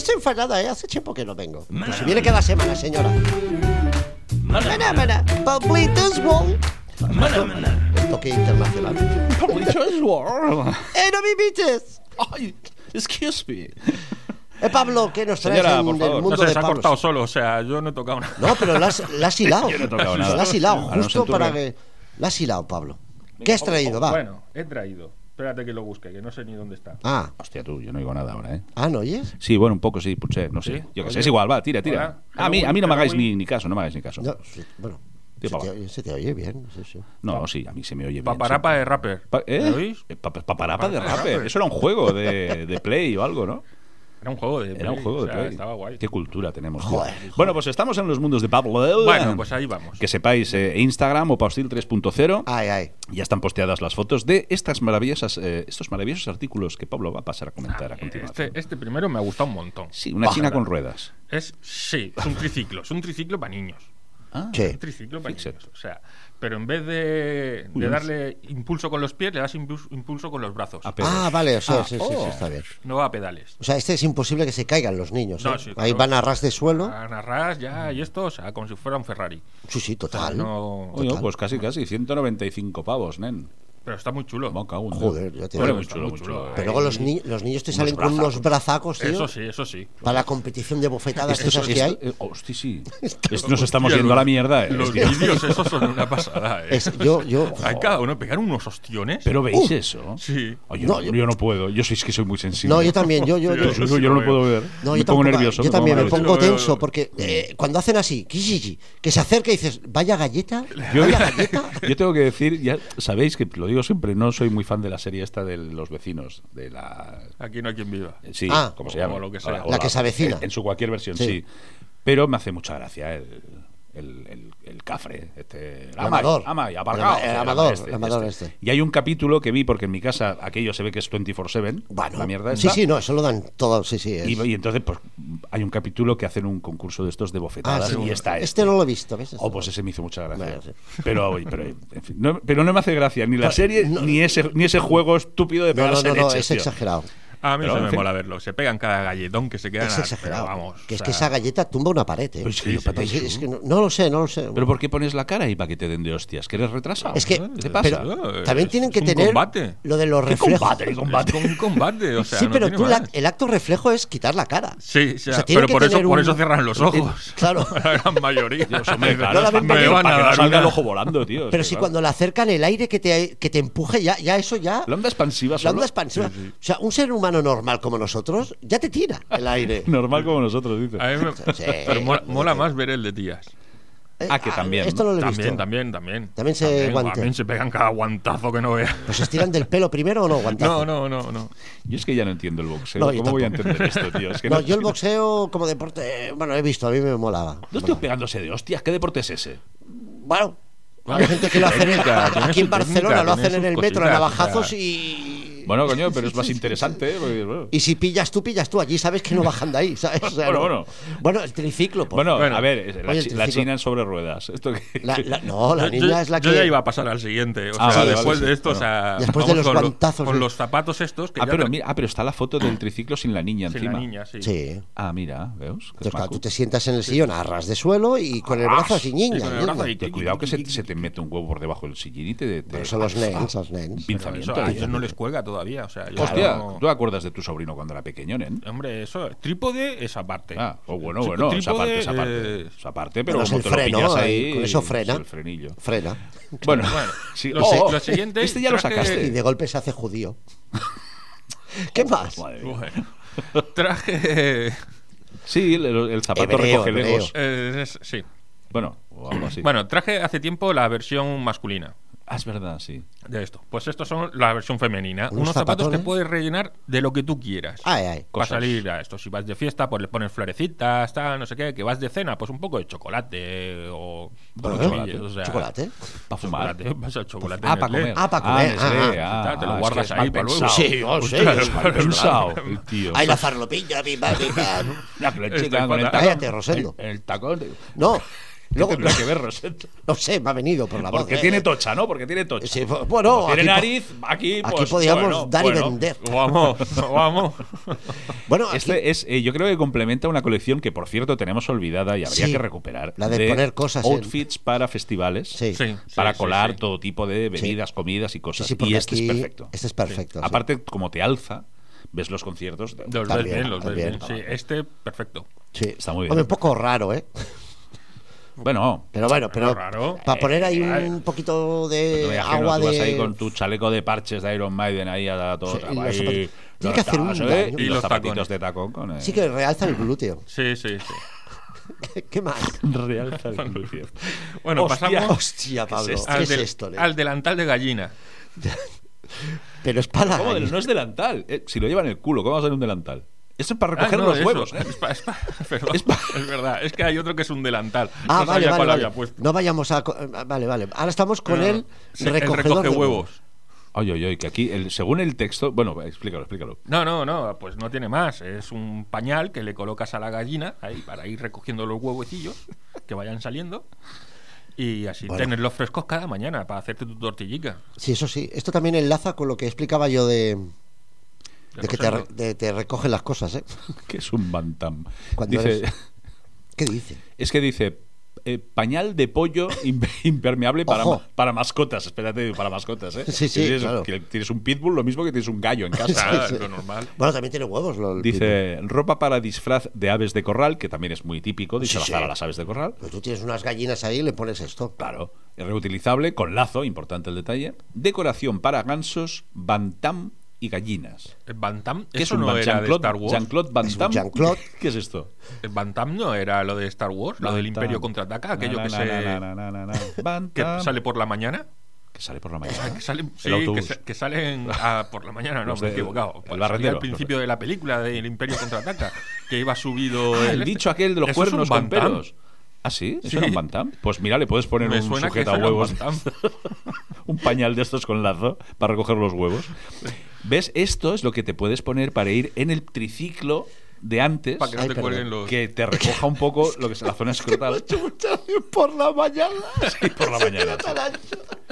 S1: se enfadada, ¿eh? Hace tiempo que no vengo. Pues si viene cada semana, señora. Mana, mana, Pablitos Wall. El toque internacional. ¡Eh, no me invites!
S2: Ay, excuse me.
S1: Eh, Pablo, ¿qué nos traes
S2: Señora,
S1: en
S2: por
S1: el
S2: favor.
S1: mundo
S3: No sé,
S1: de
S3: se ha
S1: Pablos?
S3: cortado solo, o sea, yo no he tocado nada.
S1: No, pero la has, la has hilado.
S2: Yo no he tocado nada.
S1: La has hilado,
S2: Ahora no
S1: justo
S2: se
S1: para
S2: enturbe.
S1: que. La has hilado, Pablo. ¿Qué has traído? Va.
S7: Bueno, he traído. Espérate que lo busque, que no sé ni dónde está.
S1: Ah,
S2: Hostia, tú, yo no digo nada ahora, ¿eh?
S1: ah, ¿no oyes?
S2: Sí, bueno, un poco sí, puché, no sé.
S3: Sí,
S2: Yo qué
S3: oye.
S2: sé, es igual, va, tira, tira.
S7: Hola.
S2: A mí, a mí no me
S7: Hello,
S2: hagáis
S7: Wii.
S2: ni, ni caso, no me hagáis ni caso.
S1: No, sí, bueno,
S2: Tío,
S1: se
S2: pava.
S1: te, oye- se te oye bien. Sí, sí.
S2: No, sí, a mí se me oye bien.
S3: Paparapa de rapper.
S2: Pa- ¿Eh?
S3: ¿Lo oís?
S2: Eh, pa- pa- paparapa de rapper. Eso era un juego de, de Play o algo, ¿no?
S3: Era un juego de
S2: Era un
S3: Play,
S2: juego
S3: o
S2: de
S3: sea,
S2: Play.
S3: Estaba guay.
S2: Qué cultura tenemos. tío.
S1: Joder, hijo.
S2: Bueno, pues estamos en los mundos de Pablo.
S3: Bueno, pues ahí vamos.
S2: Que sepáis, eh, Instagram o Paustil 3.0.
S1: Ay, ay.
S2: Ya están posteadas las fotos de estas maravillosas, eh, estos maravillosos artículos que Pablo va a pasar a comentar a continuación.
S3: Este, este primero me ha gustado un montón.
S2: Sí, una china con ruedas.
S3: Es, sí, es un triciclo. Es un triciclo para niños.
S2: Ah,
S1: Sí.
S3: Un triciclo para
S2: Fixer.
S3: niños. O sea, pero en vez de, de
S2: Uy.
S3: darle impulso con los pies, le das impulso, impulso con los brazos.
S2: a pedos.
S1: Ah, vale, o sea,
S2: Ah,
S1: sí, sí,
S2: oh.
S1: sí, está bien.
S3: No va a pedales.
S1: O sea, este es imposible que se caigan los niños.
S3: No,
S1: ¿eh?
S3: sí,
S1: Ahí
S3: claro. Ah.
S1: van a ras de suelo.
S3: Van a ras, ya, y esto, o sea, como si fuera un Ferrari.
S1: Sí, sí,
S3: O sea,
S1: total.
S3: no-
S2: Oye, pues casi, casi, 195 pavos, nen.
S3: Pero está muy chulo.
S2: Me cago en Dios.
S1: Joder, ya te
S2: Bueno,
S1: digo.
S2: muy chulo, muy
S3: Está
S2: chulo.
S3: muy
S2: eh.
S3: chulo.
S1: Pero luego los, ni- los niños te salen con
S2: brazacos.
S1: unos brazacos, tío.
S3: Eso sí, eso sí.
S1: Para la competición de bofetadas de esas que hay.
S2: Eh, hostia, sí. Esto Nos estamos yendo a
S3: los-
S2: la mierda. eh.
S3: Los
S2: Hostia.
S3: vídeos esos son una pasada, ¿eh?
S1: Es- yo, yo.
S3: Hay cada uno pegar unos ostiones.
S2: Pero
S1: Uh.
S2: veis eso.
S3: Sí.
S2: Ay, yo,
S1: No,
S2: no,
S1: yo-
S2: yo no puedo. Yo sí es que soy muy sensible.
S1: No, yo también, yo, yo,
S3: Sí,
S1: yo-
S2: Yo,
S3: eso
S2: yo-
S3: sí
S2: yo
S3: lo
S2: no
S3: veo.
S2: puedo ver.
S1: No,
S2: me
S1: yo
S2: pongo
S1: tampoco-
S2: nervioso.
S1: Yo también me
S2: nervioso.
S1: pongo
S3: Yo veo-
S1: tenso porque eh, cuando hacen así, kijiji, que se acerca y dices, vaya galleta,
S2: Yo,
S1: vaya galleta.
S2: yo tengo que decir, ya sabéis que lo digo siempre, no soy muy fan de la serie esta de los vecinos, de la eh,
S3: Aquí no hay quien viva.
S2: Sí,
S1: Ah.
S2: como se
S3: O
S2: llama.
S3: lo que sea.
S1: La que se avecina.
S2: En, en su cualquier versión, sí.
S1: Sí.
S2: Pero me hace mucha gracia el, el, el- el cafre. Este, el
S1: amador.
S2: Amay, aparcado.
S1: El ama- el amador,
S2: este,
S1: el amador este.
S2: Y hay un capítulo que vi porque en mi casa aquello se ve que es 24-7.
S1: Bueno,
S2: la mierda
S1: sí,
S2: esta.
S1: sí, no, eso lo dan todo, sí, sí. es-
S2: Y, y entonces, pues hay un capítulo que hacen un concurso de estos de
S1: Ah,
S2: bofetadas
S1: sí.
S2: y está
S1: Este no lo he visto, ¿ves?
S2: Oh, pues ese me hizo mucha gracia.
S1: Bueno, sí.
S2: pero, pero, en fin, no, pero no me hace gracia ni la serie
S1: no.
S2: ni, ese, ni ese juego estúpido de
S1: No, no,
S2: pegarse
S1: no, no,
S2: leches,
S1: es
S2: tío.
S1: exagerado.
S3: A mí
S2: Pero,
S3: se
S2: en
S3: me
S2: fin.
S3: mola verlo. Se pegan cada galletón que se quedan.
S1: Es
S3: a-
S1: exagerado.
S3: pero vamos.
S1: que es
S3: o
S1: que esa
S3: sea,
S1: galleta tumba una pared, ¿eh?
S2: Pero es que lo patéis,
S1: Es- es
S2: ¿no?
S1: que no, no lo sé, no lo sé.
S2: ¿Pero por qué pones la cara ahí para que te den de hostias? ¿Que eres retrasado?
S1: es que
S2: ¿Qué te pasa?
S1: pero
S3: Eh,
S1: también
S3: es-
S1: tienen
S3: es
S1: que
S3: un
S1: tener
S3: combate.
S1: lo de los
S2: ¿Qué
S1: reflejos.
S2: combate? ¿Qué combate?
S3: Es un combate, o sea.
S1: sí,
S3: no
S1: pero
S3: tiene
S1: tú la-
S3: más.
S1: el acto reflejo es quitar la cara.
S3: Sí, o sea,
S1: O sea, tiene
S3: pero
S1: que
S3: por eso,
S1: tener
S3: por
S1: un- eh,
S3: eso cierran los ojos.
S1: Claro.
S3: La gran mayoría.
S2: Dios, Pues, hombre, claro,
S1: la ven
S2: para
S1: venir,
S2: que
S3: me
S2: no-
S3: van
S2: para
S3: a
S2: que no
S3: dar
S2: salga el
S3: una-
S2: ojo volando, tío.
S1: Pero
S2: es
S1: si
S2: que, claro.
S1: cuando le acercan el aire que te, que te empuje, ya, ya eso ya...
S2: La onda expansiva
S1: La
S2: solo.
S1: onda expansiva. O sea, un ser humano normal como nosotros ya te tira el aire.
S2: Normal como nosotros, dice.
S3: A mí me-
S1: Sí.
S3: Pero mola, mola más ver el de tías.
S1: Eh,
S2: Ah, que también,
S1: Esto no lo he
S3: También,
S1: visto.
S3: también, también.
S1: También se guante.
S3: También se pegan cada guantazo que no veas.
S1: ¿Los estiran del pelo primero o no
S3: No,
S1: aguantazo?
S3: no, no, no.
S2: Yo es que ya no entiendo el boxeo.
S1: No, yo
S2: ¿Cómo voy a
S1: tampoco.
S2: entender esto, tío? Es que
S1: No, yo el boxeo como deporte, eh, bueno, he visto, a mí me molaba.
S2: No estoy pegándose de hostias. ¿Qué deporte es ese?
S1: Bueno, hay gente que lo hacen en-
S3: técnica, tiene
S1: aquí en
S3: su
S1: Barcelona,
S3: técnica,
S1: lo
S3: tiene
S1: hacen en el
S3: sus
S1: metro, a
S3: cositas, o
S1: navajazos
S3: sea.
S1: y...
S2: Bueno, coño, pero es más interesante. ¿eh? Porque, bueno.
S1: Y si pillas tú, pillas tú. Allí sabes que no bajan de ahí, ¿sabes? O sea, no.
S2: Bueno, bueno.
S1: Bueno, el triciclo, pues. por
S2: Bueno,
S3: Bueno.
S2: a ver, la,
S1: Oye,
S2: chi-
S1: el
S2: la
S1: triciclo-
S2: China sobre ruedas. Esto que-
S1: La- la- no, la
S3: Yo-
S1: niña
S3: yo,
S1: es la
S3: yo
S1: que.
S3: ya iba a pasar al siguiente. O
S2: Ah,
S3: sea,
S2: vale,
S3: después
S2: vale, sí,
S3: de esto,
S2: bueno.
S3: o sea,
S1: Después de
S3: vamos
S1: los
S3: con
S1: guantazos,
S3: con
S1: sí.
S3: los zapatos estos que
S2: Ah,
S3: ya
S2: pero,
S3: tra-
S2: mira- ah, pero está la foto del triciclo sin la niña
S3: sin
S2: encima.
S3: la niña, sí.
S1: Sí.
S2: Ah, mira, ¿veos? Qué
S1: Entonces, Pues claro,
S2: maco.
S1: tú te sientas en el sillón a ras de suelo y con el brazo así,
S3: Y
S1: niña.
S3: con el
S1: niña.
S3: brazo ahí,
S2: Ten cuidado que se, se te mete un huevo por debajo del sillín y te. te
S1: Pero son los nens, los nens.
S3: Pero
S2: pinzamiento.
S3: eso a
S2: ahí.
S3: ellos no les cuelga todavía. O sea, yo
S2: ¿eh? Hostia,
S3: no-
S2: ¿tú te acuerdas de tu sobrino cuando era pequeño, nen?
S3: Hombre, eso, trípode, esa parte.
S2: Ah, oh, bueno,
S3: Sí,
S2: bueno, esa
S3: trípode,
S2: parte, esa parte.
S3: eh,
S2: Esa parte, pero
S1: Bueno, es
S2: como
S1: el
S2: te lo
S1: freno,
S2: pillas
S1: ahí,
S2: ahí,
S1: con eso
S2: es
S1: frena.
S2: El frenillo.
S1: Frena.
S2: Bueno,
S3: Bueno,
S2: sí.
S3: lo si- lo siguiente,
S2: Este ya lo
S3: traje-
S1: Y
S2: sacaste.
S1: de golpe se hace judío. ¿Qué más?
S2: Madre mía.
S3: Bueno. Traje.
S2: Sí, el, el zapato
S1: Hebreo,
S2: recoge
S1: hebreo.
S2: legos.
S3: eh, es- sí.
S2: Bueno, o algo así.
S3: Bueno, traje hace tiempo la versión masculina
S2: Ah, es verdad, sí.
S3: de esto. Pues estos son la versión femenina.
S1: Unos
S3: Unos, zapatos que
S1: zapatones. Ah,
S3: puedes rellenar de lo que tú quieras.
S1: Ay, ay.
S2: Cosas.
S3: Para salir a esto. Si vas de fiesta, pues le pones florecitas, tal, no sé qué. Que vas de cena, pues un poco de chocolate o.
S1: Bueno,
S2: chocolate.
S3: o sea,
S1: ¿Chocolate? Pues,
S2: Para fumar.
S3: chocolate, vas al chocolate
S2: Ah,
S3: en
S2: para
S3: el-
S2: comer.
S1: Ah, pa' comer.
S2: Nestlé,
S1: Ah,
S3: ah, te lo
S2: es
S3: guardas
S2: que es
S3: ahí
S2: mal
S3: para luego.
S2: pensado.
S1: Sí, yo
S3: pues
S1: sé,
S2: Ostras,
S1: yo
S2: mal
S1: sé.
S2: pensado, el tío.
S1: Ay, la farlopilla, pim, pam, pim, pam.
S2: La flechita
S3: Estoy
S2: con el
S3: fatal.
S2: tacón.
S1: Cállate, Rosendo.
S2: El, el tacón. de-
S1: No, Luego,
S2: tendrá que ver, Rosetta?
S1: no sé, me ha venido por la voz.
S2: Porque
S1: ¿eh?
S2: tiene tocha, ¿no? Porque tiene tocha.
S1: Sí, bueno, aquí
S2: tiene
S1: po-
S2: nariz, aquí,
S1: aquí
S2: pues,
S1: podíamos
S2: bueno,
S1: dar y
S2: bueno.
S1: vender.
S3: Vamos, vamos.
S1: Bueno, aquí-
S2: Este es, eh, yo creo que complementa una colección que, por cierto, tenemos olvidada y habría
S1: Sí,
S2: que recuperar.
S1: la de poner cosas en-
S2: Outfits para festivales,
S1: Sí.
S3: Sí,
S2: para
S3: sí,
S2: colar
S3: sí, sí.
S2: todo tipo de bebidas, comidas y
S1: sí,
S2: cosas.
S1: sí,
S2: y
S1: porque
S2: este
S1: aquí-
S2: es perfecto.
S1: Este es perfecto. sí.
S2: Aparte, como te alza, ves los conciertos. de-
S3: Los ves
S1: También,
S3: bien, los ves
S1: también.
S3: bien. Sí, este, perfecto.
S1: Sí.
S2: está muy bien.
S1: Hombre, un poco raro, ¿eh?
S2: Bueno,
S1: Pero bueno, pero
S3: Raro.
S1: para poner ahí
S3: Eh,
S1: un poquito
S2: pues no te
S1: de
S2: me imagino,
S1: Eh, agua
S2: tú vas ahí
S1: de
S2: con tu chaleco de parches de Iron Maiden ahí a todo.
S1: Sí, y los zapatos.
S2: ahí,
S1: Tiene
S2: los
S1: que hacer un
S2: tazos,
S1: daño.
S2: ¿eh?
S3: Y
S2: Y los
S3: los
S2: zapatitos
S3: tacones.
S2: de tacón con eh,
S1: Sí que realza el glúteo.
S3: Sí, sí, sí.
S1: ¿Qué más?
S2: realza el glúteo.
S3: Bueno,
S2: Hostia,
S3: pasamos
S1: Hostia, Pablo, ¿qué
S2: ¿Qué
S1: es,
S2: es
S3: al, del-
S1: esto? Leo?
S3: al delantal de gallina.
S1: Pero es para la
S2: ¿Cómo? del-
S1: gallina.
S2: No es delantal. Eh, si lo llevan en el culo, ¿cómo va a ser un delantal? Eso es para recoger
S3: Ah, no,
S2: los
S3: eso.
S2: huevos. ¿eh?
S3: Es, pa- es pa- perdón,
S2: Es pa-
S3: es verdad, es que hay otro que es un delantal.
S1: Ah,
S3: no
S1: vale,
S3: sabía
S1: vale,
S3: cuál
S1: vale.
S3: había puesto.
S1: No vayamos a... co- Vale, vale. Ahora estamos con
S3: No,
S1: el
S3: sí, el
S1: recogedor de
S3: recoge huevos.
S2: Oye, oye, oye, que aquí, el- según el texto. Bueno, explícalo, explícalo.
S3: No, no, no, pues no tiene más. Es un pañal que le colocas a la gallina ahí para ir recogiendo los huevecillos que vayan saliendo y así
S1: Bueno.
S3: tenerlos frescos cada mañana para hacerte tu tortillica.
S1: Sí, eso sí. Esto también enlaza con lo que explicaba yo de, de que te,
S3: Recogerlo.
S1: de- te recogen las cosas, ¿eh?
S2: Que es un bantam.
S1: Cuando
S2: Dice.
S1: eres- ¿Qué dice?
S2: Es que dice eh, pañal de pollo im- impermeable para,
S1: Ojo.
S2: ma- para mascotas. Espérate, para mascotas, ¿eh?
S1: Sí, sí,
S2: Que tienes,
S1: claro.
S2: que tienes un pitbull, lo mismo que tienes un gallo en casa.
S3: Nada,
S1: Sí, sí.
S3: lo normal.
S1: Bueno, también tiene huevos. lo- el pito.
S2: Dice ropa para disfraz de aves de corral, que también es muy típico disfrazar
S1: sí.
S2: a las aves de corral.
S1: Pero tú tienes unas gallinas ahí y le pones esto.
S2: Claro, es reutilizable, con lazo, importante el detalle. Decoración para gansos, bantam y gallinas.
S3: El Bantam,
S2: ¿Qué
S3: Eh, eso
S2: es un
S3: no
S2: ban-
S3: era de
S2: Jean-Claude-
S3: Star Wars.
S2: Jean-Claude Van
S1: Es un
S2: Damme?
S1: Jean-Claude.
S2: ¿Qué es esto?
S3: El Bantam no era lo de Star Wars, lo del
S2: Bantam.
S3: Imperio contraataca, aquello
S2: Na,
S3: que
S2: na,
S3: se
S2: na, na, na, na, na.
S3: que
S2: Bantam.
S3: sale por la mañana.
S2: Que sale por la mañana.
S3: Que salen, sí,
S2: El
S3: que,
S2: autobús.
S3: sa- que salen ah, por la mañana, no,
S2: Los
S3: me he
S2: de-
S3: equivocado.
S2: el
S3: Salía
S2: barrendero.
S3: al principio de la película del Imperio contraataca, que iba subido.
S2: Ah, el
S3: este.
S2: dicho aquel de los
S3: Eso es
S2: cuernos
S3: un
S2: con
S3: Bantam.
S2: pelos. ¿Ah, sí? ¿Eso
S3: Sí.
S2: era un bantam? Pues mira, le puedes poner
S3: Me
S2: un
S3: suena que
S2: sujeta
S3: eso era un
S2: huevos,
S3: Bantam.
S2: un pañal de estos con lazo para recoger los huevos. ¿Ves? Esto es lo que te puedes poner para ir en el triciclo de antes
S3: Para que no
S1: Ay,
S3: te
S1: perdón.
S3: cuelguen los.
S2: que te recoja un poco lo que es la zona escrotal. por la mañana. Sí, por la mañana.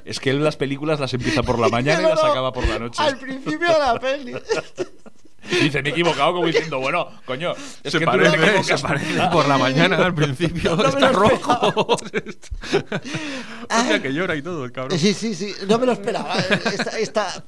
S2: Es que él las películas las empieza por la mañana y las acaba por la noche.
S1: Al principio de la peli.
S2: Dice, me he equivocado como diciendo, bueno, coño, es
S3: se
S2: que Ah, tú no te
S3: parece, se
S2: equivocas
S3: parece por la mañana al principio. está rojo. o sea que llora y todo el cabrón.
S1: Eh, Sí, sí, sí. No me lo esperaba. Esta, esta-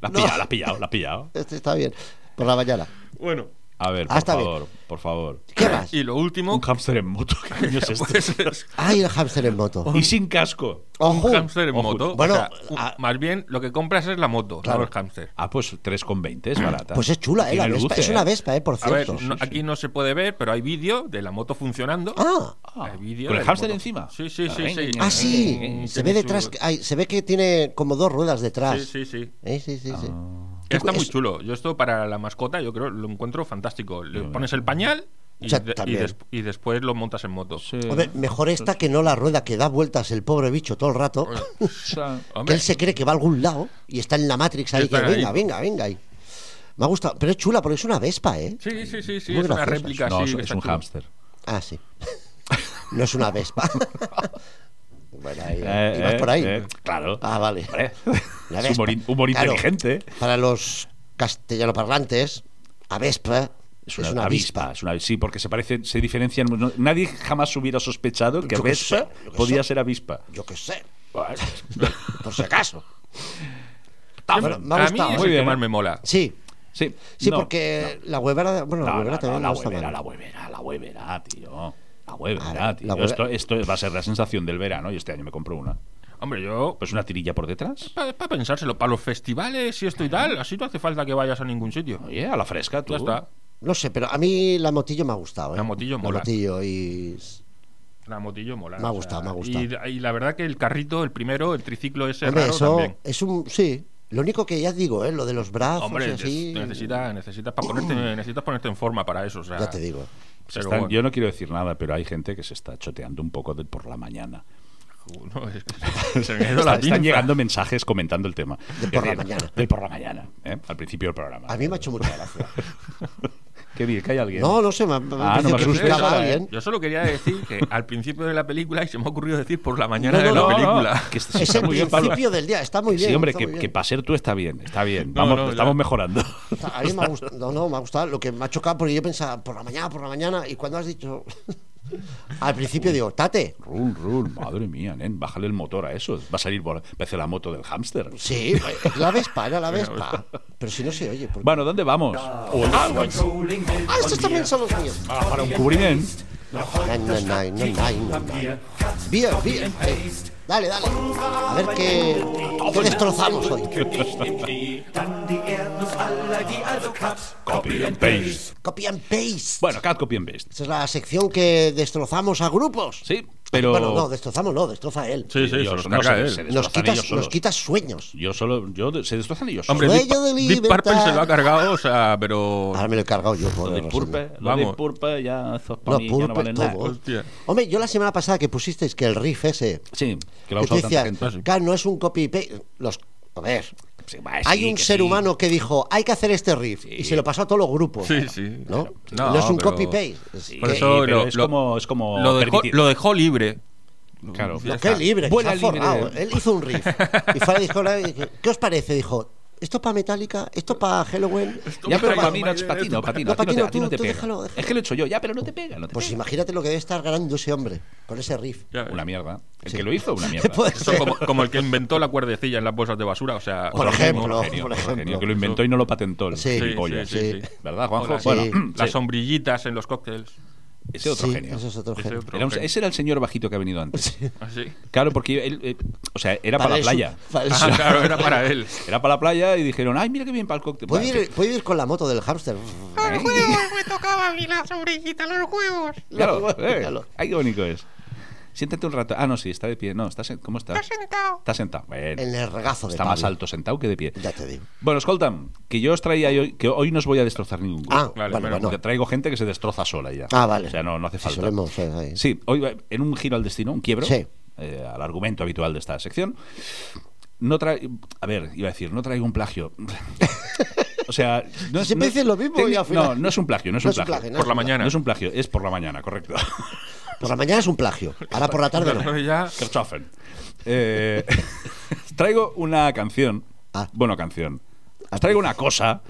S2: La has
S1: No.
S2: pillado, la has pillado, la has pillado.
S1: esta está bien. Por la mañana.
S7: Bueno,
S2: A ver,
S1: Ah,
S2: por
S1: está bien.
S2: favor, por favor.
S1: ¿Qué más?
S3: Ah, Y lo
S2: Un
S3: último.
S2: hámster en moto, ¿qué coño es este. esto?
S3: pues, oh. es
S1: Ay, el hámster en moto.
S2: y sin casco.
S1: Ojo.
S3: un hámster en
S2: Ojo.
S3: moto.
S1: Bueno,
S3: o sea, un-
S1: a-
S3: más bien lo que compras es la moto,
S1: Claro.
S3: no el hámster.
S2: Ah, pues 3,20 es barata.
S1: Pues es chula, ¿eh? La
S2: Tiene
S1: Vespa.
S2: luces,
S1: Es una
S2: ¿eh?
S1: Vespa, ¿eh? Por
S3: A ver,
S1: cierto.
S3: no- aquí no se puede ver, pero hay vídeo de la moto funcionando.
S1: Ah,
S2: Ah,
S3: Hay vídeo
S2: ¿Con
S3: de
S2: el
S3: la
S2: hámster
S3: moto.
S2: encima?
S3: Sí, sí, sí,
S2: Ay,
S3: sí.
S1: ah,
S2: niña.
S1: sí.
S3: Eh,
S1: Se ve
S3: tiene
S1: detrás.
S3: su-
S1: ay, se ve que tiene como dos ruedas detrás.
S3: Sí, sí, sí.
S1: Eh, sí, sí, sí.
S3: Está muy
S1: Es-
S3: chulo. Yo esto para la mascota, yo creo, lo encuentro fantástico. Le
S2: Muy
S3: pones el pañal y,
S1: O sea,
S3: de- y
S1: también.
S3: des- y después lo montas en moto.
S2: Sí.
S1: Hombre, mejor esta que no la rueda que da vueltas el pobre bicho todo el rato.
S2: O sea,
S1: Que
S3: Hombre,
S1: él se cree que va a algún lado y está en la Matrix ahí que
S3: Está ahí.
S1: venga, venga, venga ahí. Me ha gustado, pero es chula porque es una Vespa, ¿eh?
S3: sí, sí, sí, sí,
S1: Muy
S3: es una
S1: graciosa.
S3: réplica.
S2: no,
S3: sí,
S2: es,
S3: que
S2: es
S3: está
S2: un
S3: chulo.
S2: hámster.
S1: Ah, sí. No es una Vespa. bueno, ahí,
S2: Eh,
S1: ibas
S2: eh,
S1: por ahí.
S2: eh, claro.
S1: Ah, vale.
S2: Hombre,
S1: La
S2: es humor,
S1: Vespa.
S2: in- humor
S1: Claro,
S2: inteligente. ¿eh?
S1: Para los castellanoparlantes, a Vespa es una, avispa.
S2: Es una, sí, porque se parecen, se diferencian. no- nadie jamás hubiera sospechado que
S1: Yo qué sé,
S2: Vespa
S1: yo qué
S2: podía
S1: sé.
S2: ser avispa.
S1: Yo qué sé, por si acaso. Bueno, me ha
S3: a mí
S1: gustado,
S3: es
S1: ¿eh?
S2: Muy
S3: el que
S2: bien,
S3: más
S2: ¿eh?
S3: me mola.
S1: Sí,
S2: Sí,
S1: sí,
S2: no,
S1: porque la huevera, bueno,
S2: no,
S1: la
S2: no,
S1: huevera
S2: no,
S1: también
S2: la
S1: no está
S2: huevera,
S1: mal.
S2: la huevera, la huevera, tío. La
S1: Ah, la
S2: huevera, tío.
S1: huevera.
S2: Esto, esto va a ser la sensación del verano y este año me compro una.
S3: Hombre, yo.
S2: Pues una tirilla por detrás.
S3: para pensárselo, para los festivales y esto y tal, así no hace falta que vayas a ningún sitio.
S2: Oye, a la fresca, tú.
S3: Ya está.
S1: No sé, pero a mí la motillo me ha gustado. ¿eh?
S3: La motillo
S1: La
S3: mola.
S1: motillo y...
S3: La motillo mola.
S1: Me ha
S3: o sea,
S1: gustado, me ha gustado.
S3: Y, y la verdad que el carrito, el primero, el triciclo ese
S1: Hombre,
S3: raro
S1: eso
S3: también.
S1: es un... Sí, lo único que ya digo, ¿eh? lo de los brazos y
S3: Hombre,
S1: así...
S3: necesitas, necesitas, para ponerte, necesitas ponerte en forma para eso. O sea,
S1: Ya te digo.
S2: Se
S3: pero
S2: están-
S3: bueno.
S2: Yo no quiero decir nada, pero hay gente que se está choteando un poco de- por la mañana.
S3: No, es que se me ha ido
S2: Está-
S3: la
S2: están
S3: pinza.
S2: llegando mensajes comentando el tema.
S1: De
S2: Es
S1: por la mañana.
S2: Del por la mañana, ¿eh? al principio del programa.
S1: A mí me ha hecho mucha gracia.
S2: Qué bien, que hay alguien.
S1: No, no sé, me ha me ha
S2: Ah, no me
S1: parecido que
S2: asustes
S1: picaba
S2: ahora,
S1: a alguien.
S3: Yo solo quería decir que al principio de la película, y se me ha ocurrido decir por la mañana
S1: No,
S3: de
S1: no,
S3: la
S1: no,
S3: película.
S2: Que está,
S1: Es
S2: está
S1: el
S2: muy bien, Pablo.
S1: principio del día, está muy bien.
S2: Sí, hombre,
S1: está
S2: que,
S1: muy
S2: que
S1: bien.
S2: para ser tú está bien, está bien.
S3: No,
S2: Vamos,
S3: no, ya.
S2: estamos mejorando.
S1: A mí me ha gustado, no, no, me ha gustado. Lo que me ha chocado porque yo pensaba por la mañana, por la mañana, y cuando has dicho. Al principio digo, Tate.
S2: Run, run, madre mía, nen, bájale el motor a eso. Va a salir, por- parece la moto del hámster.
S1: Sí, la Vespa, era la Vespa. Pero si no se oye. porque-
S2: Bueno, ¿dónde vamos?
S1: Ah, estos también son los míos.
S2: Para un cubrín.
S1: Nein, nein, nein, nein, nein, nein, nein. Bier, Bier. eh. Dale, dale. A ver qué, qué destrozamos hoy.
S2: Copy and paste.
S1: Copy and paste.
S2: Bueno, cat copy and paste.
S1: Esa es la sección que destrozamos a grupos.
S2: Sí, pero.
S1: Bueno, no, destrozamos no, destroza él.
S3: Sí, sí,
S2: Ellos
S3: se los
S2: no
S3: carga
S2: se-
S3: él.
S2: se
S1: Nos
S2: destrozan
S1: quitas,
S2: ellos
S1: nos
S2: solos.
S1: quitas sueños.
S2: Yo solo. Yo, se destrozan ellos
S3: Hombre,
S2: solos.
S3: Deep,
S1: Sueño de
S3: Deep Purple
S1: libertad. Ah,
S3: se lo ha cargado, o sea, pero.
S1: Ahora me lo he cargado yo. por
S2: Lo de
S1: el
S2: Purpe, lo de
S3: Vamos.
S2: Purpe, ya esos pa'
S1: No,
S2: mí ya no
S1: Purpe,
S2: valen nada.
S1: todo.
S3: Hostia.
S1: Hombre, yo la semana pasada que pusisteis que el riff ese.
S2: Sí, que lo ha
S1: Que tú
S2: usado tanta
S1: decías,
S2: gente.
S1: claro, no es un copy y paste. Los, a ver,
S2: Sí, va,
S1: hay
S2: sí,
S1: un
S2: que
S1: ser
S2: sí.
S1: humano que dijo, hay que hacer este riff. Y se lo pasó a todos los grupos.
S3: Sí, sí.
S1: ¿No?
S3: No,
S1: No es un
S3: pero-
S1: copy paste. Es
S2: Sí,
S1: que-
S3: Por eso
S2: pero
S3: lo-
S2: es,
S3: lo-
S2: como, es como.
S3: Lo dejó,
S2: permitir.
S3: lo dejó libre.
S2: Claro.
S3: Ya
S1: Qué
S3: está.
S1: libre, que se
S2: Vuela
S1: ha
S2: libre.
S1: forrado. ¿eh? Él hizo un riff. Y fue a la discoteca y dije, ¿qué os parece? Dijo, ¿esto para Metallica? ¿Esto para Halloween?
S2: Ya, pero
S1: pa-
S2: a mí no es patino, patino.
S1: No,
S2: a ti no te-
S1: patino,
S2: a ti no
S1: tú-
S2: te
S1: tú
S2: pega.
S1: déjalo, déjalo.
S2: Es que lo he hecho yo, ya, pero no te pega. No te
S1: Pues
S2: pega.
S1: imagínate lo que debe estar ganando ese hombre con ese riff.
S3: Ya ves.
S2: Una mierda. El
S1: Sí. Pues
S2: que lo hizo, una mierda.
S1: Puede
S3: Eso
S1: ser.
S3: como, como el que inventó la cuerdecilla en las bolsas de basura, o sea.
S1: Por
S3: otro
S1: ejemplo,
S3: mismo.
S1: por
S2: Genio,
S1: ejemplo.
S2: genio, que lo inventó y no lo patentó el
S1: Sí,
S2: gilipollas.
S1: sí, sí, sí.
S2: ¿Verdad, Juanjo?
S3: Hola, sí.
S2: Bueno,
S3: Las
S2: sí,
S3: sombrillitas en los cócteles.
S2: ese otro
S1: Sí,
S2: genio.
S1: Eso es otro
S3: Ese
S1: genio.
S3: otro
S2: Era un-
S3: genio.
S2: ese era el señor bajito que ha venido antes.
S3: Así.
S2: Claro, porque él, eh, o sea, era para,
S1: Para
S2: la
S1: el
S2: playa.
S1: sur- para el
S3: Ah,
S1: sur.
S3: claro, era para él.
S2: Era para la playa y dijeron, ay, mira qué bien para el cóctel.
S1: ¿Puedo
S2: Bah,
S1: ir, puedo ir con la moto del hámster.
S4: Los huevos, me tocaba a mí la sombrillita, los huevos.
S2: Claro, eh,
S1: Claro.
S2: ay, qué bonito es. Siéntate un rato. Ah, no, sí, está de pie. No, está sen- ¿cómo está?
S4: Estás sentado.
S2: Está sentado. Bueno,
S1: En el regazo de
S2: está más
S1: Pablo.
S2: alto sentado que de pie.
S1: Ya te digo.
S2: Bueno, escoltan, que yo os traía hoy, que hoy no os voy a destrozar ningún grupo.
S1: Ah, bueno,
S3: Vale, bueno,
S1: bueno.
S2: Porque traigo gente que se destroza sola ya.
S1: Ah, vale.
S2: O sea, no, no hace
S1: Sí,
S2: falta.
S1: solemos, eh, ahí.
S2: Sí, hoy va- en un giro al destino, un quiebro,
S1: Sí.
S2: eh, al argumento habitual de esta sección. No trae, a ver, iba a decir, no traigo un plagio. o sea, no
S1: Siempre dices lo mismo y al final-
S2: No, no es un plagio, no es
S1: No
S2: un plagio.
S1: no
S3: Por la
S1: es un plagio.
S3: mañana.
S2: No es un plagio, es por la mañana, correcto.
S1: Por la mañana es un plagio. Ahora por la tarde no.
S3: Entonces ya-
S2: Kerchhoffen. Eh, traigo una canción.
S1: Ah.
S2: Bueno, canción. Os traigo una cosa.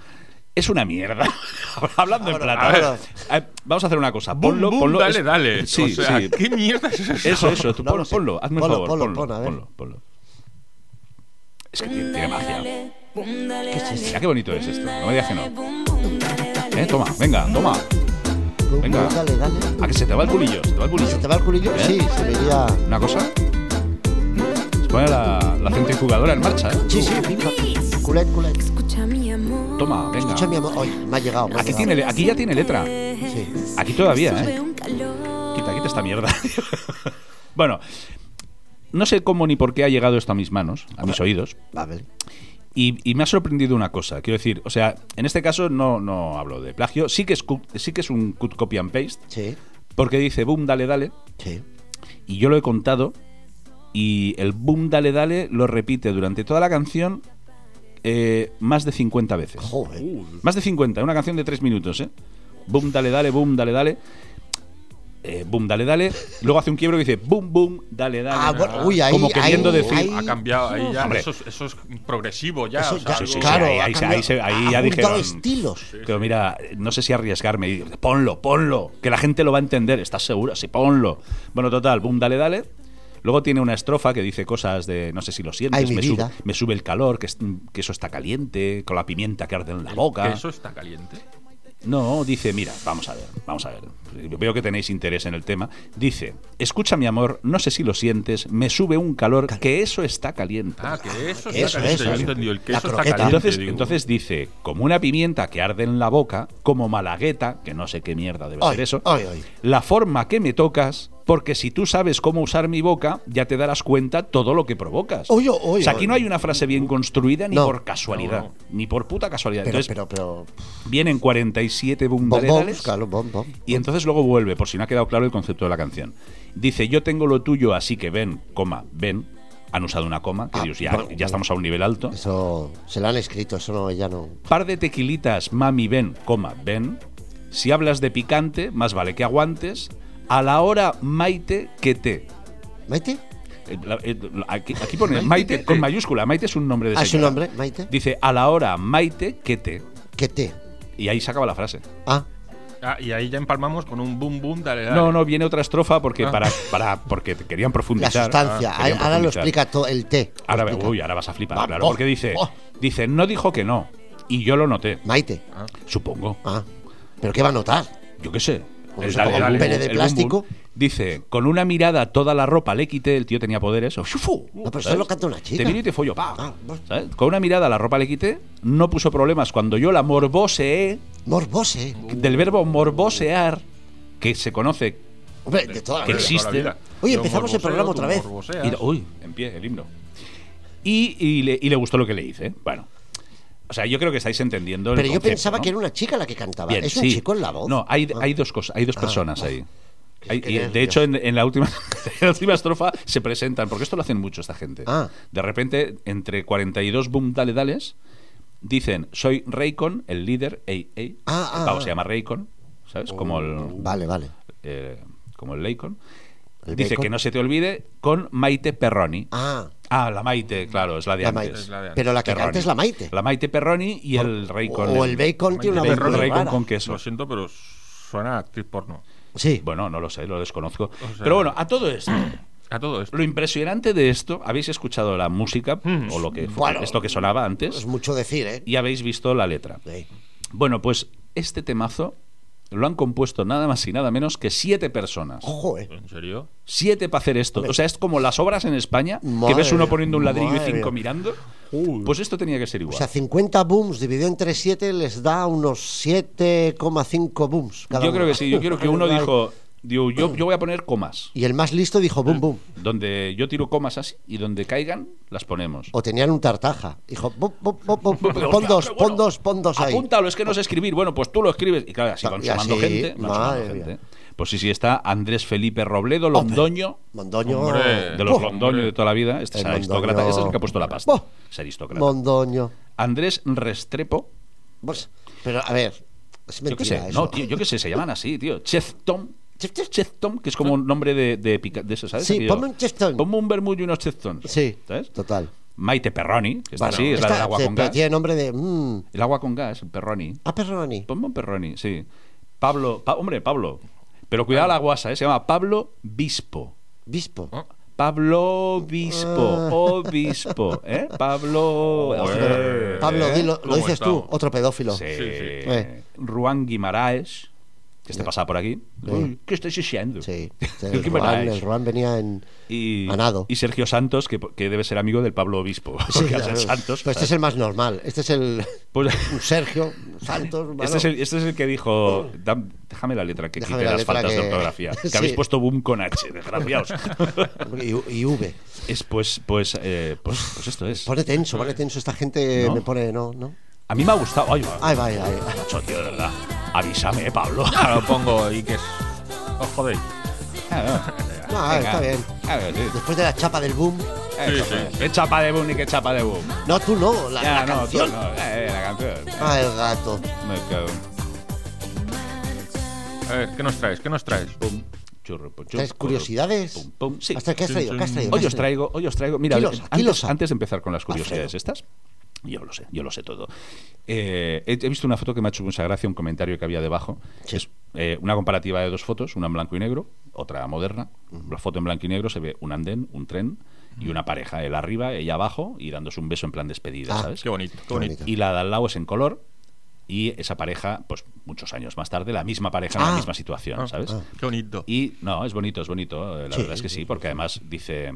S2: Es una mierda. Hablando en plata.
S1: a ver.
S2: Eh, Vamos a hacer una cosa.
S3: Bum,
S2: Ponlo,
S3: bum,
S2: ponlo.
S3: dale,
S2: Es- eh,
S3: dale.
S2: Sí,
S3: o sea,
S2: sí.
S3: ¿qué mierda es eso?
S2: Eso, eso. Tú
S1: No
S2: ponlo,
S1: lo sé.
S2: ponlo. Hazme un
S1: Ponlo,
S2: favor.
S1: ponlo,
S2: Ponlo,
S1: pon, a
S2: ponlo,
S1: ver.
S2: ponlo, Es que tiene, tiene magia.
S8: ¿Qué es esto?
S2: Mira qué bonito es esto. No me digas que no. Eh, toma, venga, toma. Venga.
S1: Dale, dale.
S2: A que se te va el culillo. Se te va el
S1: ¿Se
S2: culillo.
S1: te va el culillo?
S2: ¿Eh?
S1: Sí, se veía.
S2: Una cosa. Se pone la, la centrifugadora en marcha. ¿eh?
S1: Sí, sí, pim, pam. Culet, culet.
S8: Escucha mi amor.
S2: Toma, venga.
S1: Escucha, mi amor. Ay, me ha llegado. me ha
S2: Aquí
S1: llegado.
S2: tiene le- aquí ya tiene letra.
S1: Sí.
S2: Aquí todavía, ¿eh? Quita,
S8: Quita,
S2: quita esta mierda. bueno, no sé cómo ni por qué ha llegado esto a mis manos, a mis oídos.
S1: Va, vale.
S2: Y, y me ha sorprendido una cosa. Quiero decir, o sea, en este caso no, no hablo de plagio. Sí que, es, cu- sí que es un cut copy and paste.
S1: Sí,
S2: Porque dice boom, dale, dale.
S1: sí.
S2: Y yo lo he contado. Y el boom, dale, dale lo repite durante toda la canción eh, más de 50 veces.
S1: Joder.
S2: Más de 50, una canción de 3 minutos, ¿eh? Boom, dale, dale, boom, dale, dale. Eh, boom, dale, dale. Luego hace un quiebro que dice boom, boom, dale, dale.
S1: Ah, bueno, uy, ahí-
S2: Como queriendo
S1: ahí-
S2: decir.
S1: ahí-
S3: Ha cambiado ahí ya.
S2: Hombre.
S3: Eso, es- eso es progresivo ya.
S1: Eso
S3: o sea,
S1: ya-
S2: Sí, sí, sí,
S1: claro,
S2: ahí-
S1: ha
S2: ahí se-
S1: cambiado-
S2: ahí se- ahí
S1: ha
S2: ya
S1: juntado
S2: dijeron-
S1: estilos.
S2: Pero mira, no sé si arriesgarme. Y ponlo, ponlo, que la gente lo va a entender, ¿estás seguro? Sí, ponlo. Bueno, total, boom, dale, dale. Luego tiene una estrofa que dice cosas de, no sé si lo sientes,
S1: Ay, mi
S2: me, sube,
S1: vida.
S2: me sube el calor, que, es- que eso está caliente, con la pimienta que arde en la
S3: que
S2: boca.
S3: eso está caliente.
S2: No, dice, mira, vamos a ver, vamos a ver. Veo que tenéis interés en el tema. Dice, escucha mi amor, no sé si lo sientes, me sube un calor, que eso está caliente.
S3: Ah, que eso
S1: que
S3: está
S1: eso,
S3: caliente.
S1: eso,
S3: Yo he
S1: eso.
S3: entendido. El
S1: La
S3: queso está
S1: croqueta.
S3: caliente.
S2: entonces,
S3: digo.
S2: entonces dice, como una pimienta que arde en la boca, como malagueta, que no sé qué mierda debe
S1: Ay,
S2: ser eso,
S1: ay, ay.
S2: la forma que me tocas, porque si tú sabes cómo usar mi boca, ya te darás cuenta todo lo que provocas.
S1: Oye, oye,
S2: o sea, aquí no
S1: oye.
S2: hay una frase bien construida ni
S1: No.
S2: por casualidad,
S3: No, no.
S2: ni por puta casualidad.
S1: Pero,
S2: entonces,
S1: pero, pero.
S2: vienen 47
S1: Bombos,
S2: bumbaredales.
S1: claro, bom, bom.
S2: Y entonces luego vuelve, por si no ha quedado claro el concepto de la canción. Dice, yo tengo lo tuyo, así que ven, coma, ven. Han usado una coma, que
S1: Ah,
S2: Dios, ya,
S1: bueno,
S2: ya
S1: bueno.
S2: estamos a un nivel alto.
S1: Eso se lo han escrito, eso no, ya no.
S2: Par de tequilitas, mami, ven, coma, ven. Si hablas de picante, más vale que aguantes. A la hora maite que te.
S1: ¿Maite?
S2: Eh, la- eh, Aquí, aquí pone Maite con mayúscula. Maite es un nombre de
S1: Ah, su
S2: señora.
S1: nombre, Maite.
S2: Dice a la hora maite que te.
S1: ¿Qué te?
S2: Y ahí se acaba la frase.
S1: Ah,
S3: Ah, y ahí ya empalmamos con un boom boom, dale, dale.
S2: No, no, viene otra estrofa porque,
S3: Ah.
S2: para, para, porque te querían
S1: la
S2: profundizar.
S1: sustancia.
S2: Ah, querían
S1: ahora lo
S2: profundizar.
S1: explica todo el té. Lo
S2: Ahora,
S1: explica.
S2: uy, ahora vas a flipar,
S1: Vamos.
S2: claro. Porque dice,
S1: Oh.
S2: dice, no dijo que no. Y yo lo noté,
S1: Maite.
S2: supongo.
S1: Ah, pero ¿qué va a notar?
S2: Yo qué sé.
S1: Pues Como se ponga un pene de
S2: el
S1: plástico.
S2: bum bum. Dice, con una mirada toda la ropa le quité, el tío tenía poderes. o ¡shufu!
S1: No, pero
S2: ¿Sabes?
S1: eso lo canta una chica.
S2: Te miro y te follo, pa.
S1: Ah, bueno.
S2: ¿Sabes? Con una mirada la ropa le quité, no puso problemas. Cuando yo la morboseé,
S1: Morbose.
S2: del verbo morbosear, que se conoce.
S1: Hombre, de toda la
S2: Que
S1: vida.
S2: existe.
S1: Oye, empezamos el programa otra vez.
S2: y- uy, en pie, el himno. Y, y le, y le gustó lo que le hice. Bueno. O sea, yo creo que estáis entendiendo. el
S1: Pero yo
S2: concepto,
S1: pensaba
S2: ¿no?
S1: que era una chica la que cantaba.
S2: Bien,
S1: Ah, ¿Es un
S2: sí.
S1: chico en la voz?
S2: No, hay,
S1: Ah.
S2: hay dos cosas, hay dos personas ahí.
S1: Qué-
S2: Hay-
S1: qué
S2: y, de
S1: nervios.
S2: hecho, en, en la última, en la última estrofa se presentan, porque esto lo hacen mucho esta gente.
S1: Ah.
S2: De repente, entre 42 boom dale dales, dicen, soy Raycon, el líder, ey, ey.
S1: Ah,
S2: El
S1: ah,
S2: pavo
S1: ah.
S2: se llama Raycon, ¿sabes? Como el,
S1: Vale, vale.
S2: eh, como el Lacon.
S1: El
S2: Dice
S1: bacon.
S2: que no se te olvide con Maite Perroni.
S1: Ah,
S2: Ah, la Maite, claro, es la de
S1: La
S2: antes.
S1: Maite.
S3: Es la de antes.
S1: pero la que
S2: Perroni.
S1: canta es la Maite.
S2: La Maite Perroni y el Raycon.
S1: o el bacon tiene una voz
S2: Bacon
S1: muy
S2: Raycon
S1: rara.
S2: con queso.
S3: Lo siento, pero suena a actriz porno.
S1: Sí.
S2: Bueno, no lo sé, lo desconozco.
S3: O sea-
S2: Pero bueno, a todo esto,
S3: A todo esto.
S2: lo impresionante de esto, habéis escuchado la música
S3: Mm.
S2: o lo que fue,
S1: Bueno.
S2: esto que sonaba antes
S1: Es mucho decir, ¿eh?
S2: y habéis visto la letra.
S1: Sí.
S2: Bueno, pues este temazo lo han compuesto nada más y nada menos que siete personas.
S1: Ojo, ¿eh?
S3: ¿En serio?
S2: Siete para hacer esto.
S1: Hombre.
S2: O sea, es como las obras en España,
S1: Madre
S2: que ves uno
S1: mía,
S2: poniendo un ladrillo y
S1: madre
S2: cinco
S1: mía.
S2: mirando. Pues esto tenía que ser
S1: O
S2: igual.
S1: sea, 50 booms dividido entre 7 les da unos 7,5 booms. cada
S2: yo
S1: uno.
S2: creo que sí, yo creo que uno
S1: Vale, vale.
S2: dijo, digo, yo, yo voy a poner comas.
S1: Y el más listo dijo boom, boom.
S2: Donde yo tiro comas así y donde caigan, las ponemos.
S1: O tenían un tartaja. Dijo, bum, bum, bum, bum, bum, pon dos, pon dos, pon dos ahí.
S2: Apúntalo, es que no sé escribir. Bueno, pues tú lo escribes. Y claro, así van
S1: Y
S2: sumando
S1: así,
S2: gente. van
S1: madre
S2: sumando gente.
S1: mía.
S2: Pues sí, sí, está Andrés Felipe Robledo, londoño,
S1: Mondoño.
S3: Hombre.
S2: de los
S3: Oh,
S2: londoños de toda la vida. Este es
S1: El
S2: aristócrata.
S1: Londoño.
S2: Ese es el que ha puesto la pasta.
S1: Oh.
S2: Es aristócrata.
S1: Mondoño.
S2: Andrés Restrepo.
S1: Pues, pero a ver, es
S2: Yo qué
S1: mentira
S2: sé,
S1: eso.
S2: no, tío, yo qué sé, se llaman así, tío. Chef Tom.
S1: Chef, chef.
S2: Chef Tom, que es como un nombre de, de, pica- de eso, ¿sabes?
S1: Sí,
S2: Aquello,
S1: ponme un Chef Tom.
S2: Ponme un vermut y unos Chef Toms.
S1: Sí,
S2: ¿Sabes?
S1: total.
S2: Maite Perroni, que está
S1: Bueno,
S2: así, es la del
S1: esta-
S2: agua
S1: sí,
S2: con
S1: pero
S2: gas.
S1: Tiene nombre de. mm,
S2: El agua con gas, el Perroni.
S1: ah, Perroni.
S2: Ponme un Perroni, sí. Pablo, pa- hombre, Pablo. Pero cuidado la guasa, ¿eh? se llama Pablo Bispo.
S1: Bispo.
S2: Ah, Pablo Obispo,
S1: Ah.
S2: Obispo, ¿eh? Pablo.
S3: Joder.
S2: eh,
S1: Pablo,
S2: ¿eh?
S1: dilo, lo
S3: ¿cómo
S1: dices tú,
S3: estamos?
S1: otro pedófilo.
S2: Sí.
S3: sí.
S1: Eh.
S2: Ruán Guimaraes, que este pasaba por aquí.
S1: Sí.
S2: Uy, ¿Qué estáis haciendo?
S1: Sí, el,
S2: El
S1: Ruan,
S2: Guimaraes.
S1: el Ruan venía en.
S2: Y,
S1: a nado.
S2: y Sergio Santos, que, que debe ser amigo del Pablo Obispo.
S1: Sí,
S2: porque al ser
S1: claro.
S2: Santos.
S1: Pero este es el más normal. Este es el.
S2: Pues-
S1: un Sergio, un Santos. bueno.
S2: Este es, el, este es el que dijo, "Dam- déjame la letra que
S1: Déjame
S2: quite
S1: la
S2: las
S1: letra
S2: faltas de
S1: que-
S2: ortografía. Que
S1: Sí.
S2: habéis puesto boom con H, desgraciados.
S1: Y, y V.
S2: Es pues, pues, eh, pues, pues esto es.
S1: Pone tenso, pone tenso. Esta gente
S2: ¿No?
S1: me pone. No, no.
S2: A mí me ha gustado. Ay, va,
S1: Ay, va, ay, ay.
S2: macho, tío, de verdad. Avísame, eh, Pablo.
S3: Ah, lo pongo y que es. Os jodéis.
S1: No, Ah, está bien.
S2: Claro, sí.
S1: Después de la chapa del boom.
S2: Eh, Qué chapa de boom ni qué chapa de boom.
S1: No, tú no. La,
S2: Ya,
S1: la
S2: no, tú
S1: canción.
S2: no. Eh, eh, la canción.
S1: Ah, el gato.
S2: Me cago en-
S3: A ver, ¿qué nos traes? ¿Qué nos traes?
S2: Pum, churru, pum,
S1: ¿Tres
S2: churru,
S1: curiosidades?
S2: pum, pum. Sí.
S1: Hasta que has traído, ¿Qué has traído? ¿Qué
S2: Hoy
S1: has
S2: os
S1: traído?
S2: traigo, hoy os traigo. Mira,
S1: Kilos,
S2: antes,
S1: kilos.
S2: antes de empezar con las curiosidades
S1: Alfredo.
S2: estas, yo lo sé, yo lo sé todo. Eh, he, he visto una foto que me ha hecho mucha gracia, un comentario que había debajo.
S1: Sí.
S2: Es eh, una comparativa de dos fotos, una en blanco y negro, otra moderna. La foto en blanco y negro se ve un andén, un tren y una pareja, él arriba, ella abajo y dándose un beso en plan despedida,
S1: Ah,
S2: ¿sabes?
S3: Qué bonito, qué
S1: Qué
S3: bonito.
S1: bonito.
S2: Y la de al lado es en color. Y esa pareja, pues muchos años más tarde, la misma pareja en la
S1: Ah.
S2: misma situación, ¿sabes?
S1: ah.
S3: Qué bonito.
S2: Y no, es bonito, es bonito. eh, La
S1: Sí,
S2: verdad es que
S1: sí,
S2: sí, porque además dice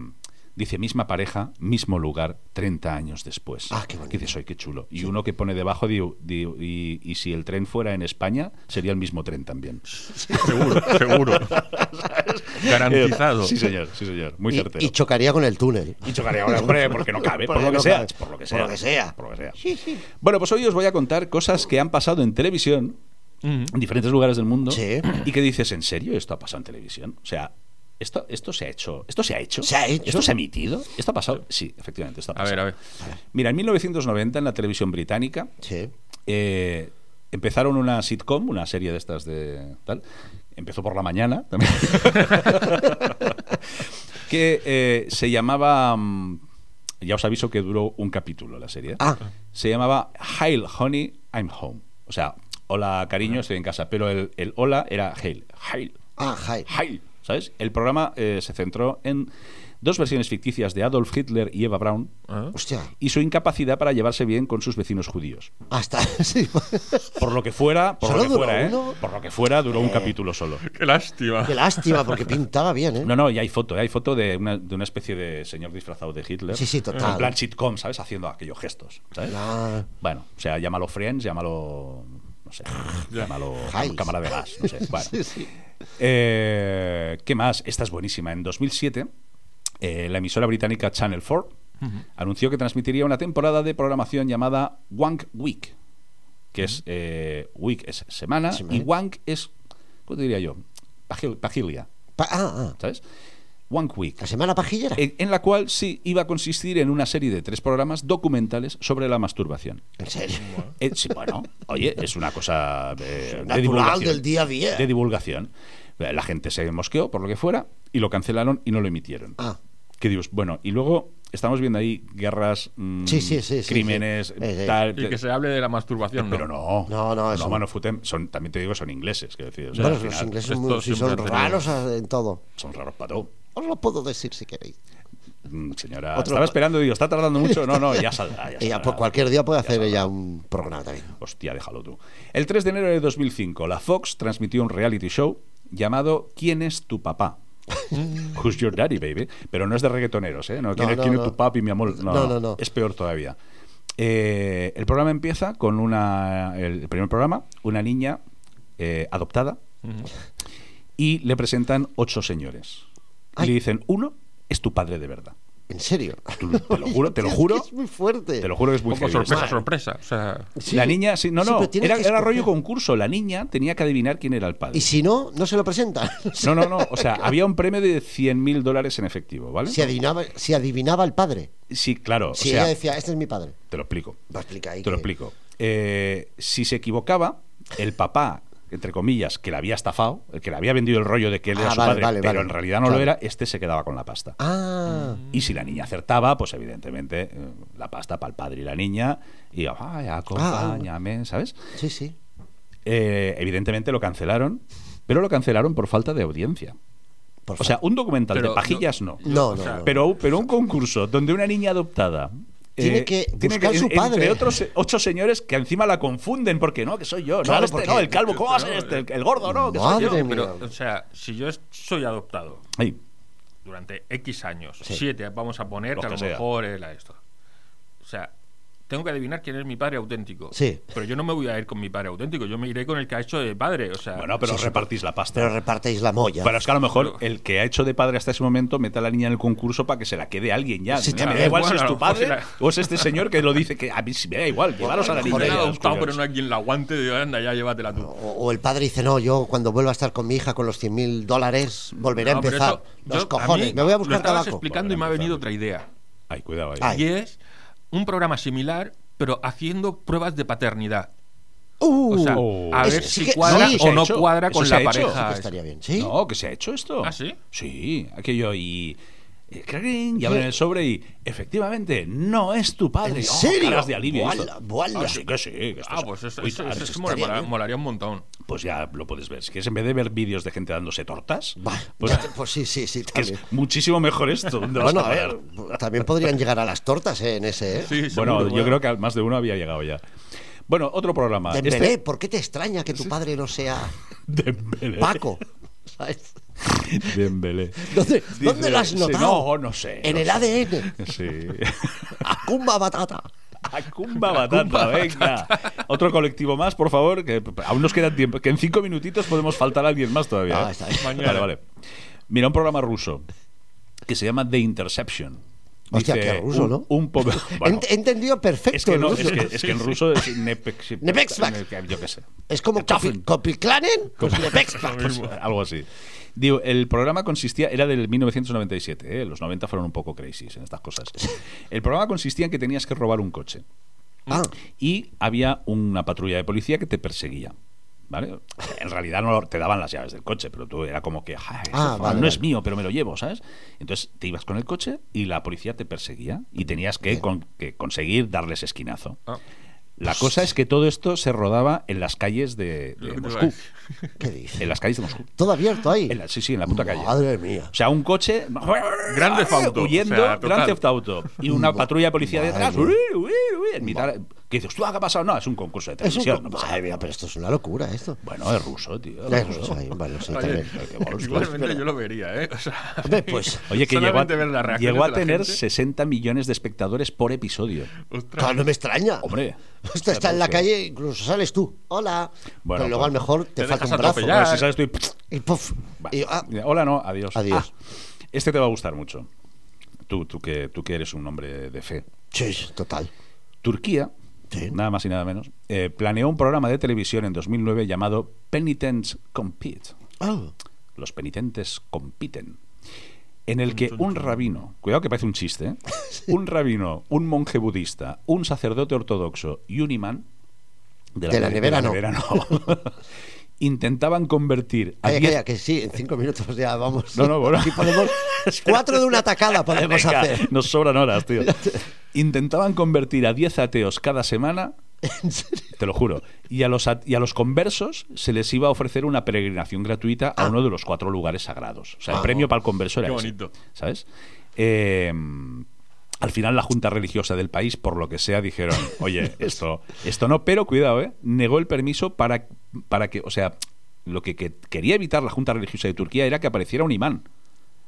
S2: dice misma pareja, mismo lugar, 30 años después.
S1: Ah, qué bonito.
S2: Y dices, "Ay, qué chulo. Y uno que pone debajo, diu- diu- y, y si el tren fuera en España, sería el mismo tren también.
S3: Seguro, seguro. Garantizado.
S2: Sí, señor, sí, señor. Muy
S1: Y-
S2: certero.
S1: Y, chocaría con el túnel.
S2: Y chocaría ahora, hombre, porque no cabe, por,
S1: Porque
S2: lo que
S1: no
S2: sea,
S1: cabe.
S2: por lo que sea.
S1: Por lo que sea.
S2: por lo que sea. Bueno, pues hoy os voy a contar cosas que han pasado en televisión
S3: Mm.
S2: en diferentes lugares del mundo
S1: Sí.
S2: y que dices, ¿en serio esto ha pasado en televisión? O sea, esto, esto se ha hecho, esto se ha hecho,
S1: ¿Se ha hecho?
S2: esto se ha emitido, esto ha pasado. Sí, efectivamente, esto ha
S3: A
S2: pasado.
S3: ver, a ver.
S2: Mira, en 1990 en la televisión británica
S1: Sí.
S2: eh, empezaron una sitcom, una serie de estas de tal. Empezó por la mañana también. que eh, se llamaba. mm, Ya os aviso que duró un capítulo la serie.
S1: Ah,
S2: Se llamaba Hail Honey, I'm Home. O sea, hola cariño, estoy en casa. Pero el, el hola era Hail. Hail.
S1: ah, Jai.
S2: Heil, ¿Sabes? El programa eh, se centró en dos versiones ficticias de Adolf Hitler y Eva Braun
S1: Hostia.
S2: y su incapacidad para llevarse bien con sus vecinos judíos.
S1: Hasta. Sí.
S2: Por lo que fuera, por
S1: ¿Solo
S2: lo que
S1: duró
S2: fuera, ¿eh?
S1: uno? ¿Eh?
S2: Por lo que fuera, duró un capítulo solo.
S3: Qué lástima.
S1: Qué lástima, porque pintaba bien, ¿eh?
S2: No, no, y hay foto, ¿eh? hay foto de una, de una especie de señor disfrazado de Hitler.
S1: Sí, sí, total.
S2: En plan sitcom, ¿sabes? Haciendo aquellos gestos, ¿sabes?
S1: Ah,
S2: Bueno, o sea, llámalo Friends, llámalo. No sé. Llámalo
S1: Heil.
S2: Cámara de Gas, no sé. Bueno.
S1: sí, sí.
S2: Eh, ¿Qué más? Esta es buenísima. En 2007, eh, la emisora británica Channel 4 anunció que transmitiría una temporada de programación llamada Wank Week, que es eh, week es semana
S1: Semana.
S2: y wank es, ¿cómo te diría yo? Pajil- pajilia,
S1: Pa- ah, ah.
S2: ¿sabes? Wank Week.
S1: La semana pajillera.
S2: En, en la cual sí iba a consistir en una serie de tres programas documentales sobre la masturbación.
S1: En serio.
S2: Eh, sí, bueno, oye, es una cosa eh, de
S1: Natural
S2: divulgación
S1: del día a día.
S2: de divulgación. Eh, La gente se mosqueó por lo que fuera y lo cancelaron y no lo emitieron.
S1: Ah,
S2: Que dios bueno, y luego estamos viendo ahí guerras, mm,
S1: Sí, sí, sí, sí,
S2: crímenes,
S1: sí. Eh, sí.
S2: tal.
S3: Y que se hable de la masturbación,
S2: Pero
S3: ¿no?
S1: No,
S2: no,
S1: no, eso no.
S2: mano, futen, son, también te digo, son ingleses. quiero decir, o sea,
S1: bueno,
S2: al
S1: los
S2: final
S1: ingleses muy-
S3: estos
S1: sí son
S3: siempre han tenido-
S1: raros en todo.
S2: son raros para todo.
S1: Os lo puedo decir si queréis.
S2: Mm, Señora,
S1: Otro-
S2: estaba esperando, digo, está tardando mucho. No, no, ya saldrá. Ya
S1: Ella
S2: saldrá.
S1: por pues, cualquier día puede
S2: Ya
S1: hacer
S2: saldrá.
S1: ella un programa también.
S2: Hostia, déjalo tú. El 3 de enero de 2005, la Fox transmitió un reality show llamado ¿Quién es tu papá? Who's your daddy, baby? Pero no es de reggaetoneros, ¿eh? No, ¿quién,
S1: No,
S2: es,
S1: no,
S2: quién
S1: no.
S2: es tu papi, mi amor? No,
S1: No, no, no.
S2: Es peor todavía. Eh, el programa empieza con una. El primer programa, una niña eh, adoptada y le presentan ocho señores.
S1: Ay.
S2: Y le dicen: uno es tu padre de verdad.
S1: En serio.
S2: Tú- Mm, te lo juro, te lo juro.
S1: Es muy fuerte.
S2: Te lo juro que es muy
S3: Un poco
S2: heavy. ¿eh?
S3: sorpresa, sorpresa. O sea,
S1: Sí.
S2: La niña, sí, no,
S1: Sí,
S2: no,
S1: pero tienes
S2: era,
S1: que
S2: era
S1: escoger.
S2: rollo concurso. La niña tenía que adivinar quién era el padre.
S1: Y si no, no se lo presenta.
S2: No, no, no. O sea, había un premio de 100.000 dólares en efectivo, ¿vale?
S1: Si adivinaba, si adivinaba el padre.
S2: Sí, claro.
S1: Si
S2: o sea,
S1: ella decía, este es mi padre.
S2: te lo explico.
S1: Va a explicar ahí.
S2: Te lo
S1: que-
S2: explico. Eh, si se equivocaba, el papá, entre comillas, que la había estafado, el que le había vendido el rollo de que él
S1: Ah,
S2: era su
S1: vale,
S2: padre,
S1: vale,
S2: pero
S1: vale.
S2: en realidad no
S1: Claro.
S2: lo era, este se quedaba con la pasta.
S1: Ah,
S2: Y si la niña acertaba, pues evidentemente eh, la pasta para el padre y la niña, y ay,
S1: Ah,
S2: acompáñame, ¿sabes?
S1: sí, sí.
S2: Eh, evidentemente lo cancelaron, pero lo cancelaron por falta de audiencia.
S1: Por
S2: O sea, un documental
S3: Pero
S2: de pajillas no.
S1: No, no,
S3: o sea,
S1: no.
S2: Pero, pero un concurso donde una niña adoptada. eh,
S1: Tiene que buscar su
S2: en-
S1: padre.
S2: Entre otros eh, ocho señores que encima la confunden porque no, que soy yo. No,
S1: Claro,
S2: este
S1: porque-
S2: no, el calvo, ¿cómo va a ser este? El, el gordo, no, que soy yo.
S1: Madre mía.
S3: pero, o sea, si yo es- soy adoptado
S2: Ay,
S3: durante X años,
S1: Sí.
S3: siete, vamos a poner,
S2: Los
S3: que a
S2: que
S3: lo
S2: sea.
S3: mejor es la esto. O sea, tengo que adivinar quién es mi padre auténtico.
S1: Sí.
S3: Pero yo no me voy a ir con mi padre auténtico, yo me iré con el que ha hecho de padre. O sea,
S2: Bueno, pero repartís la pasta.
S1: Pero repartéis la molla.
S2: Pero es que a lo mejor el que ha hecho de padre hasta ese momento mete a la niña en el concurso para que se la quede alguien ya.
S1: Sí,
S2: Mira, me
S1: también.
S2: da igual
S3: Bueno,
S2: si es
S3: a lo
S2: tu
S3: mejor
S2: padre
S3: se la-
S2: o es este señor que lo dice que a mí sí me da igual, llevaros a la niña.
S3: Joder,
S2: ya, los
S3: adoptado, pero
S2: culeros.
S3: no hay quien la aguante. digo, Anda, ya llévatela tú.
S1: o, o el padre dice, no, yo cuando vuelva a estar con mi hija con los 100 mil dólares volveré a
S3: No, pero
S1: empezar.
S3: eso-
S1: Los
S3: yo- a
S1: cojones,
S3: mí
S1: me voy a
S3: Lo
S1: buscar
S3: estabas
S1: tabaco.
S3: explicando y me ha venido otra idea.
S2: Ay, cuidado ahí.
S1: Ay.
S3: Y es un programa similar, pero haciendo pruebas de paternidad.
S1: Uh,
S3: O sea,
S2: Oh.
S3: a
S1: Es-
S3: ver
S1: sí
S3: si
S1: que-
S3: cuadra
S1: sí.
S2: ¿Se
S3: o
S2: ha
S3: no
S2: hecho?
S3: cuadra
S2: ¿Eso
S3: con
S2: se
S3: la
S2: ha hecho?
S1: sí
S3: pareja.
S1: que Ah, estaría bien, ¿sí?
S2: No, que se ha hecho esto.
S3: ¿Ah, sí?
S2: Sí, aquello y. eh, crin, Y abren el sobre y efectivamente no es tu padre.
S1: ¿En
S2: Oh,
S1: serio?
S2: caras de alivio.
S1: Buala,
S2: Esto-
S1: buala.
S2: Ah, sí que sí. que esto
S3: Ah,
S2: es-
S3: pues eso,
S2: Uy,
S3: eso-
S2: tal,
S3: eso
S2: esto-
S3: mola-
S1: estaría bien.
S3: molaría un montón.
S2: Pues ya lo puedes ver. Si quieres, en vez de ver vídeos de gente dándose tortas,
S1: Va,
S2: pues,
S1: ya te- pues sí, sí, sí.
S2: que es
S1: También.
S2: muchísimo mejor esto. ¿Dónde vas
S1: Bueno,
S2: a
S1: a ver,
S2: parar?
S1: también podrían llegar a las tortas eh, en ese, ¿eh?
S3: Sí,
S2: Bueno,
S3: seguro,
S2: yo creo que más de uno había llegado ya. Bueno, otro programa. Este,
S1: Dembélé, ¿por qué te extraña que tu padre no sea
S2: Dembélé.
S1: Paco? ¿Sabes?
S2: Dembélé.
S1: ¿Dónde, ¿dónde
S2: Dice,
S1: lo has
S2: sí,
S1: notado?
S2: No, no sé.
S1: en
S2: no
S1: el
S2: sé.
S1: ADN.
S2: Sí.
S1: Acumba batata.
S2: Acumba Batata, venga. Otro colectivo más, por favor, que aún nos queda tiempo. Que en cinco minutitos podemos faltar a alguien más todavía.
S1: Ah,
S2: ¿eh?
S1: está bien.
S2: Vale, vale. Mira, un programa ruso que se llama The Interception.
S1: Hostia,
S2: Dice
S1: qué ruso,
S2: un-
S1: ¿no?
S2: Un pobre- bueno,
S1: Ent- He entendido perfecto.
S2: es que, no,
S1: el
S2: es,
S1: ruso.
S2: que, es que en ruso es Nepex. pues, eh,
S1: Nepexpax.
S2: Yo qué sé.
S1: Es como
S2: Chafin.
S1: Copi- Copiklanen, pues Nepexpax.
S2: Pues, algo así. Digo, el programa consistía, era del 1997, ¿eh? los 90 fueron un poco crazy en estas cosas. El programa consistía en que tenías que robar un coche.
S1: Ah,
S2: y había una patrulla de policía que te perseguía. ¿Vale? En realidad no te daban las llaves del coche, pero tú era como que, "Ja, ese
S1: Ah,
S2: fan
S1: vale,
S2: no es
S1: vale.
S2: mío, pero me lo llevo, ¿sabes? Entonces te ibas con el coche y la policía te perseguía y tenías que, con- que conseguir darles esquinazo.
S3: Ah.
S1: Pues
S2: La cosa es que todo esto se rodaba en las calles de, de
S3: Lo que te iba a
S2: Moscú.
S3: decir.
S1: ¿qué dices?
S2: En las calles de Moscú.
S1: Todo abierto ahí.
S2: En la- sí, sí, en la puta calle.
S1: Madre mía.
S2: O sea, un coche.
S3: Grand Theft Auto,
S2: Huyendo,
S3: o sea, total.
S2: Grand Theft Auto. Y una patrulla de policía
S1: Madre
S2: detrás.
S1: mía.
S2: uy, uy, uy, en mitad. ¿Qué dices? ¿Tú ah, qué ha pasado? No, es un concurso de
S1: Es un-
S2: televisión. no pasa
S1: Madre
S2: nada.
S1: mía, pero esto es una locura, esto.
S2: Bueno, es ruso, tío.
S1: Ya es ruso ahí, vale, sí,
S3: Oye,
S1: también.
S3: igualmente yo lo vería, ¿eh? O sea,
S1: Hombre, pues,
S2: Oye, que llegó a,
S3: solamente ver las reacciones
S2: llegó a
S3: de la
S2: tener
S3: gente.
S2: 60 millones de espectadores por episodio.
S3: Ostras.
S1: claro, no me extraña.
S2: Hombre.
S1: Esto está en la calle, incluso sales tú. Hola.
S2: Bueno,
S1: pero luego
S2: pues,
S1: a lo mejor te,
S3: te
S1: falta un
S3: dejas
S1: brazo.
S3: atropellar.
S2: Pero si sabes, estoy.
S1: Y puff.
S2: Vale.
S1: Y, ah,
S2: Hola, no, adiós.
S1: Adiós.
S2: Ah, este te va a gustar mucho. Tú, tú, que, tú que eres un hombre de fe.
S1: sí, sí, total.
S2: Turquía,
S1: Sí.
S2: nada más y nada menos, eh, planeó un programa de televisión en 2009 llamado Penitents Compete.
S1: Ah,
S2: Los penitentes compiten. En el que un rabino, cuidado que parece un chiste, ¿eh? un rabino, un monje budista, un sacerdote ortodoxo y un imán
S1: De la
S2: ne-
S1: nevera no.
S2: no. intentaban convertir a
S1: calla,
S2: diez-
S1: calla, que sí, en cinco minutos ya vamos.
S2: No, no, bueno.
S1: Aquí podemos. Cuatro de una tacada podemos
S2: Venga,
S1: hacer.
S2: Nos sobran horas, tío. Intentaban convertir a 10 ateos cada semana. Te lo juro. Y a, los, at- y a los conversos se les iba a ofrecer una peregrinación gratuita a uno de los cuatro lugares sagrados. O sea, el
S1: Ah.
S2: premio para el converso era
S3: Qué
S2: ese,
S3: bonito.
S2: ¿Sabes? Eh, al final la Junta Religiosa del país, por lo que sea, dijeron, oye, esto, esto no, pero cuidado, ¿eh? Negó el permiso para, para que, o sea, lo que, que quería evitar la Junta Religiosa de Turquía era que apareciera un imán.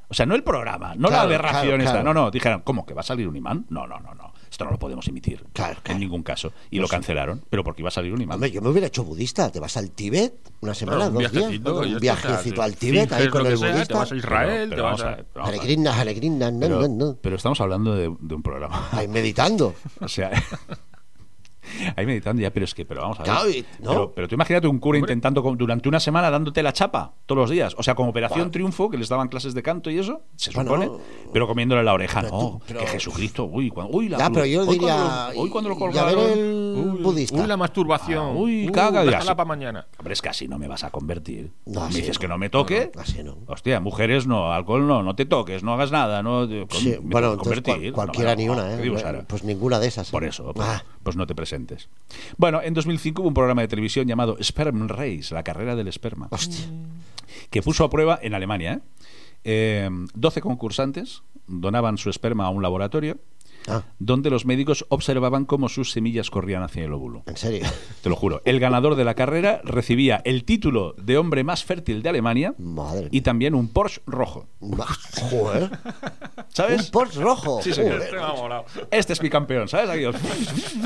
S2: O sea, no el programa, no
S1: Claro,
S2: la aberración
S1: claro,
S2: esta.
S1: claro.
S2: No, no, dijeron, ¿cómo? ¿Que va a salir un imán? No, no, no, no. Esto no lo podemos emitir.
S1: Claro, claro.
S2: En ningún caso. Y lo cancelaron, pero porque iba a salir un imán.
S1: Hombre, yo me hubiera hecho budista. Te vas al Tíbet una semana,
S3: Claro, un
S1: dos días.
S3: viajecito,
S1: ¿no?
S3: y esto,
S1: un
S3: o
S1: viajecito
S3: sea,
S1: al Tíbet ahí
S3: finges
S1: con
S3: lo
S1: el
S3: que sea,
S1: budista.
S3: Te vas a Israel,
S2: Pero-
S3: te
S2: pero
S3: vas
S2: vamos
S3: a...
S2: ver, pero vamos a ver.
S1: Alegrinas, alegrinas, no,
S2: Pero,
S1: no, no.
S2: pero estamos hablando de, de un programa.
S1: Ahí meditando.
S2: O sea, ahí meditando ya, pero es que, pero vamos a ver.
S1: Claro, y- ¿no?
S2: pero, pero tú imagínate un cura intentando con- durante una semana dándote la chapa todos los días. O sea, como Operación
S1: Bueno.
S2: Triunfo, que les daban clases de canto y eso, se
S1: Bueno,
S2: supone, pero comiéndole la oreja.
S1: pero
S2: no,
S1: tú- pero-
S2: que Jesucristo, uy, cuando, uy, la
S1: Ya, pero yo
S2: hoy
S1: diría.
S2: Cuando lo, hoy cuando lo
S1: y- y a ver
S2: colgaron.
S1: el budista.
S3: Uy, la masturbación.
S2: Ah, uy,
S3: Uh,
S2: caga, diga,
S3: déjala
S2: sí.
S3: para mañana.
S2: Hombre, es que así no me vas a convertir.
S1: No,
S2: me
S1: así
S2: dices
S1: no.
S2: que no me toque.
S1: No, no, así no.
S2: Hostia, mujeres no, alcohol no, no te toques, no hagas nada, no te- con-
S1: Sí,
S2: me
S1: bueno,
S2: tengo que
S1: entonces, cual-
S2: convertir. No,
S1: cualquiera
S2: no,
S1: ni
S2: no,
S1: una, ¿eh?
S2: ¿qué digo, Sara?
S1: Pues ninguna de esas. ¿eh?
S2: Por eso, pues,
S1: Ah,
S2: pues no te presentes. Bueno, en 2005 hubo un programa de televisión llamado Sperm Race, la carrera del esperma,
S1: hostia.
S2: que puso a prueba en Alemania. ¿eh? Eh, 12 concursantes donaban su esperma a un laboratorio
S1: Ah,
S2: donde los médicos observaban cómo sus semillas corrían hacia el óvulo.
S1: en serio.
S2: Te lo juro, el ganador de la carrera recibía el título de hombre más fértil de Alemania
S1: Madre
S2: y
S1: mía.
S2: también un Porsche rojo.
S1: Ma- Joder. Un
S2: ¿Sabes?
S1: Porsche rojo.
S2: Sí, señor.
S1: Joder.
S2: Este es mi campeón, ¿sabes? Aquí,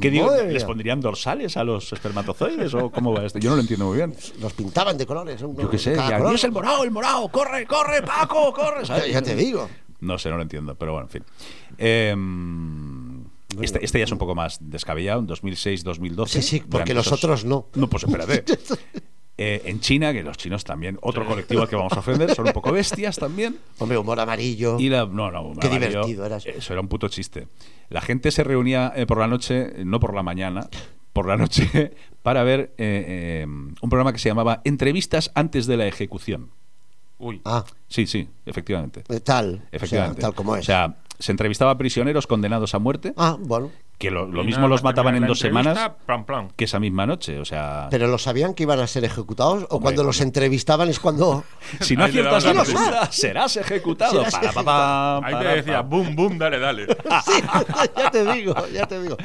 S2: ¿Qué digo?
S1: Madre
S2: ¿Les
S1: mía.
S2: pondrían dorsales a los espermatozoides o cómo va esto? Yo no lo entiendo muy bien.
S1: Los pintaban de colores. un-
S2: Yo qué sé,
S1: cada
S2: ya,
S1: color.
S2: "Dios, el morado, el morado, corre, corre, Paco, corre,
S1: Ya,
S2: ¿sabes?
S1: ya te digo.
S2: No sé, no lo entiendo, pero bueno, en fin. Eh, este, este ya es un poco más descabellado, en 2006-2012.
S1: Sí, sí, porque
S2: eran
S1: los
S2: esos-
S1: otros no.
S2: No, pues espérate. Eh, en China, que los chinos también, otro colectivo al que vamos a ofender, son un poco bestias también.
S1: Hombre, humor amarillo.
S2: Y la- no, no,
S1: Qué
S2: me valió.
S1: divertido era eso.
S2: era un puto chiste. La gente se reunía eh, por la noche, eh, no por la mañana, por la noche, para ver eh, eh, un programa que se llamaba Entrevistas antes de la ejecución.
S3: Uy,
S1: Ah,
S2: Sí, sí, efectivamente.
S1: eh, tal.
S2: Efectivamente.
S1: O sea, tal como es.
S2: O sea, se entrevistaba a prisioneros condenados a muerte,
S1: ah, bueno.
S2: que lo, lo
S3: y
S2: mismo
S3: nada
S2: los
S3: más
S2: mataban
S3: terminar
S2: en
S3: la
S2: dos
S3: entrevista,
S2: semanas
S3: Plan, plan.
S2: que esa misma noche. O sea,
S1: ¿Pero lo sabían que iban a ser ejecutados? ¿O cuando los entrevistaban es cuando.?
S2: si no
S3: Ahí le daban
S2: aciertas la
S1: la
S2: pregunta, serás ejecutado.
S1: Serás
S2: Para, pa,
S1: ejecutado.
S2: pam,
S3: Ahí te
S2: para,
S3: decía,
S2: pa.
S3: boom, boom, dale, dale.
S1: Sí, ya te digo, ya te digo.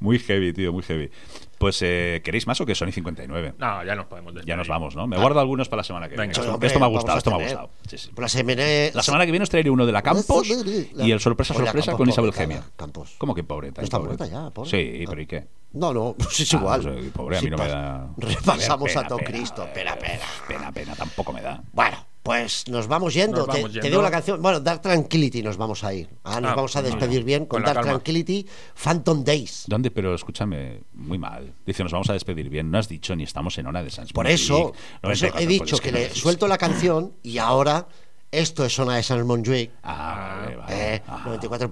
S2: Muy heavy, tío, muy heavy. Pues, eh, ¿queréis más o que Sony 59?
S3: No, ya nos podemos despedir.
S2: Ya nos vamos, ¿no? Me
S1: Ah.
S2: guardo algunos para la semana que viene.
S3: Venga.
S2: Esto-
S1: Hombre,
S2: esto me ha
S1: vamos
S2: gustado,
S1: a
S2: esto me ha
S1: tener-
S2: gustado. Sí, sí.
S1: Por la semana-
S2: La semana que viene os traeré uno de la Campos
S1: La-
S2: y el sorpresa
S1: Oye, la
S2: sorpresa
S1: Campos
S2: con Isabel
S1: pobreta,
S2: Gemia.
S1: la Campos.
S2: ¿Cómo que pobre? Tan
S1: Está
S2: pobre.
S1: muerta ya, pobre.
S2: Sí,
S1: Ah.
S2: pero ¿y qué?
S1: No, no, pues es
S2: Ah,
S1: igual.
S2: no sé, pobre, a
S1: Sí
S2: mí no me
S1: pasa.
S2: da.
S1: Repasamos
S2: Pena,
S1: a todo
S2: pena,
S1: Cristo.
S2: eh,
S1: Espera, espera.
S2: Pena, pena, tampoco me da.
S1: Bueno, pues nos vamos yendo.
S3: Nos
S1: te,
S3: vamos
S1: te
S3: yendo.
S1: digo la canción. Bueno, Dark Tranquility nos vamos a ir. Ah, nos
S3: Ah,
S1: vamos a
S3: bueno.
S1: despedir bien con,
S3: Con la
S1: Dark
S3: calma.
S1: Tranquility, Phantom Days.
S2: ¿Dónde? Pero escúchame, muy mal. Dice, nos vamos a despedir bien. No has dicho ni estamos en hora de San
S1: Por eso, por eso he dicho que le suelto la canción y ahora Esto es zona de San Montjuic,
S2: Ah, vale, vale.
S1: eh,
S2: Ah,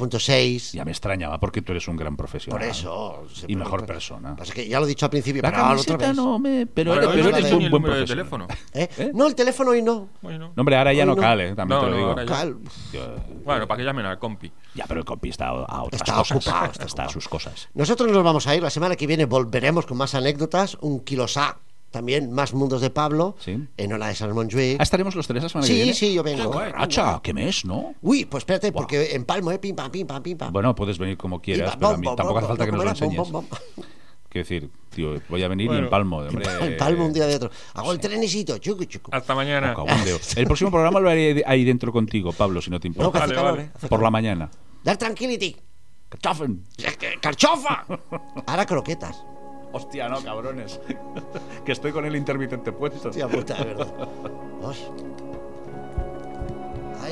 S1: 94.6.
S2: Ya me extrañaba, porque tú eres un gran profesional.
S1: Por eso. se
S2: Y mejor
S1: preocupa.
S2: persona.
S1: Pasa que ya lo he dicho al principio,
S2: La
S1: pero ahora otra
S2: camiseta
S1: vez.
S2: no me... Pero,
S3: Bueno,
S2: pero
S3: hoy no
S2: eres
S3: tengo ni
S2: un
S3: el
S2: buen
S3: número de
S2: profesional.
S3: teléfono.
S1: ¿Eh?
S2: ¿Eh?
S1: No, el teléfono hoy no.
S3: Bueno,
S2: No, hombre, ahora ya
S1: Hoy
S2: no,
S1: no.
S2: cale, también
S3: No,
S2: te lo
S3: no,
S2: digo.
S3: ahora ya.
S1: Cal-
S2: Yo-
S3: bueno, para que llamen al compi.
S2: Ya, pero el compi está a otras
S1: Está
S2: cosas.
S1: ocupado, está
S2: está, a
S1: ocupado.
S2: sus cosas.
S1: Nosotros nos vamos a ir. La semana que viene volveremos con más anécdotas. Un kilosá. También más mundos de Pablo.
S2: Sí.
S1: En hora de San
S2: Ah,
S1: Montjuic.
S2: estaremos los tres la semana que
S1: Sí,
S2: viene.
S1: sí, yo vengo.
S2: Hacha, qué mes, ¿no?
S1: Uy, pues espérate,
S2: Guau.
S1: porque empalmo, ¿eh? Pim, pam, pim, pam, pim, pam.
S2: Bueno, puedes venir como quieras,
S1: Pim, pam,
S2: pero a
S1: bom,
S2: mí
S1: bom,
S2: tampoco hace
S1: bom,
S2: falta que
S1: bom,
S2: nos lo
S1: bom,
S2: enseñes.
S1: bom, bom.
S2: Quiero decir, tío, voy a venir y
S3: Bueno.
S2: empalmo, hombre. Ah,
S1: Empalmo un día de otro. Hago el trenecito. Chucu, chucu.
S3: Hasta mañana.
S2: Cagondeo. El próximo programa lo haré ahí dentro contigo, Pablo, si no te
S1: No, que
S2: importa.
S1: hace
S3: Vale,
S1: calor,
S3: vale.
S1: ¿eh? Hace
S2: Por la
S1: calor.
S2: mañana.
S1: Dar tranquility.
S2: ¡Cachofen!
S1: ¡Carchofa! Ahora croquetas.
S2: Hostia, no, cabrones. que estoy con el intermitente puesto.
S1: Hostia puta, de verdad. Ay.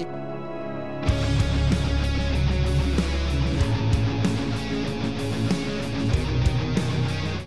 S1: Ay.